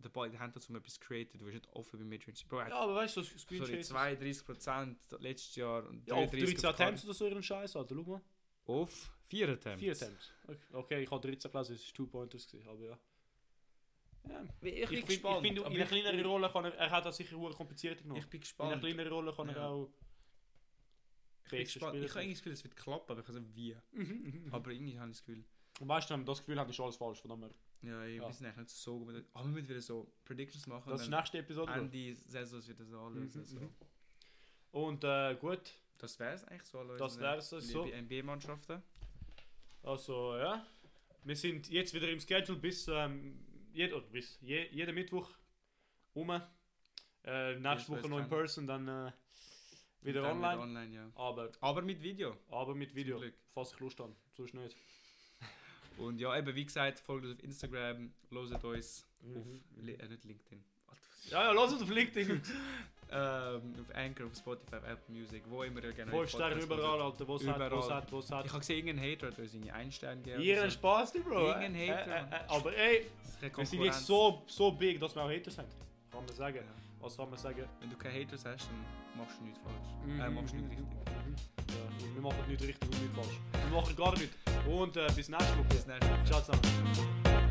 Speaker 1: den Ball in der Hand haben, um etwas zu createn. Du wirst nicht offen bei Midrange. Bro, er hat
Speaker 2: ja, aber weißt du, so
Speaker 1: sorry,
Speaker 2: Screenshots.
Speaker 1: 32% letztes Jahr und
Speaker 2: Ja, auf
Speaker 1: 33
Speaker 2: 13
Speaker 1: auf
Speaker 2: Attempts oder so ihren Scheiß, Alter, schau mal.
Speaker 1: Auf 4 Attempts.
Speaker 2: 4 Attempts. Okay, okay ich habe 13 gelesen, es war 2-Pointers, gewesen, aber oh, ja. ja.
Speaker 1: Ich
Speaker 2: Ich,
Speaker 1: bin
Speaker 2: find- ich
Speaker 1: gespannt.
Speaker 2: finde, in
Speaker 1: aber
Speaker 2: einer
Speaker 1: ich-
Speaker 2: kleineren Rolle kann er, er hat das sicher hohe kompliziert
Speaker 1: Ich,
Speaker 2: genommen.
Speaker 1: bin
Speaker 2: In einer
Speaker 1: gespannt. Ich
Speaker 2: kleineren Rolle kann er
Speaker 1: Ja.
Speaker 2: auch...
Speaker 1: bin
Speaker 2: bester
Speaker 1: gespannt.
Speaker 2: Spieler
Speaker 1: Ich habe
Speaker 2: sein.
Speaker 1: irgendwie das Gefühl, es wird klappen, aber ich weiß nicht wie.
Speaker 2: Mhm.
Speaker 1: Aber irgendwie habe ich das Gefühl.
Speaker 2: Und weißt du, wenn man das Gefühl hat, ist alles falsch, von dem her.
Speaker 1: Ja, ich
Speaker 2: Ja.
Speaker 1: wir sind eigentlich nicht so gut. Aber wir müssen wieder so Predictions machen.
Speaker 2: Das ist
Speaker 1: und
Speaker 2: die
Speaker 1: dann
Speaker 2: nächste Episode. Bro.
Speaker 1: Ende Saison wird das anlösen.
Speaker 2: Mhm,
Speaker 1: so.
Speaker 2: mhm. Und äh, gut,
Speaker 1: Das wäre es eigentlich so. alle
Speaker 2: Das
Speaker 1: unsere
Speaker 2: wär's so.
Speaker 1: liebe NBA-Mannschaften.
Speaker 2: also ja. Wir sind jetzt wieder im Schedule bis, ähm, jed oder bis je jeden Mittwoch um. Äh, nächste
Speaker 1: weiß
Speaker 2: Woche noch in
Speaker 1: keiner.
Speaker 2: person, dann äh,
Speaker 1: Und
Speaker 2: wieder
Speaker 1: dann
Speaker 2: online.
Speaker 1: online ja.
Speaker 2: Aber,
Speaker 1: Aber mit Video.
Speaker 2: aber mit Video,
Speaker 1: Glück.
Speaker 2: falls ich Lust habe. Sonst nicht.
Speaker 1: Und ja, eben wie gesagt, folgt uns auf Instagram, loset uns auf Li-
Speaker 2: Mhm.
Speaker 1: äh, nicht LinkedIn. Alter, was ist-
Speaker 2: Ja, ja, lass uns auf LinkedIn.
Speaker 1: Ähm, auf Anchor, auf Spotify, auf Apple Music, wo immer ihr gerne
Speaker 2: Fünf Sterne
Speaker 1: Podcasts
Speaker 2: überall, Alter. Wo es hat, wo es
Speaker 1: Überall.
Speaker 2: hat, wo es
Speaker 1: hört.
Speaker 2: hat.
Speaker 1: Ich habe gesehen, irgendein Hater hat uns irgendwie einen Stern gegeben.
Speaker 2: Ihr
Speaker 1: oder
Speaker 2: habt Spaß, Bro.
Speaker 1: Irgendein
Speaker 2: Äh,
Speaker 1: Hater,
Speaker 2: äh,
Speaker 1: Mann.
Speaker 2: äh, aber ey,
Speaker 1: Das ist keine
Speaker 2: wir sind
Speaker 1: Konkurrenz.
Speaker 2: jetzt so, so big, dass wir auch Hater sind. Kann man
Speaker 1: Ja.
Speaker 2: sagen. Was kann man sagen?
Speaker 1: Wenn du keine Haters hast, dann machst du nichts falsch. Äh,
Speaker 2: Mhm,
Speaker 1: machst du
Speaker 2: mhm,
Speaker 1: nicht richtig.
Speaker 2: mhm. Ja, wir machen nicht richtig und nicht falsch. Wir machen gar nicht. Und äh, bis nächste Woche.
Speaker 1: Bis nächstes Mal.
Speaker 2: Ciao zusammen.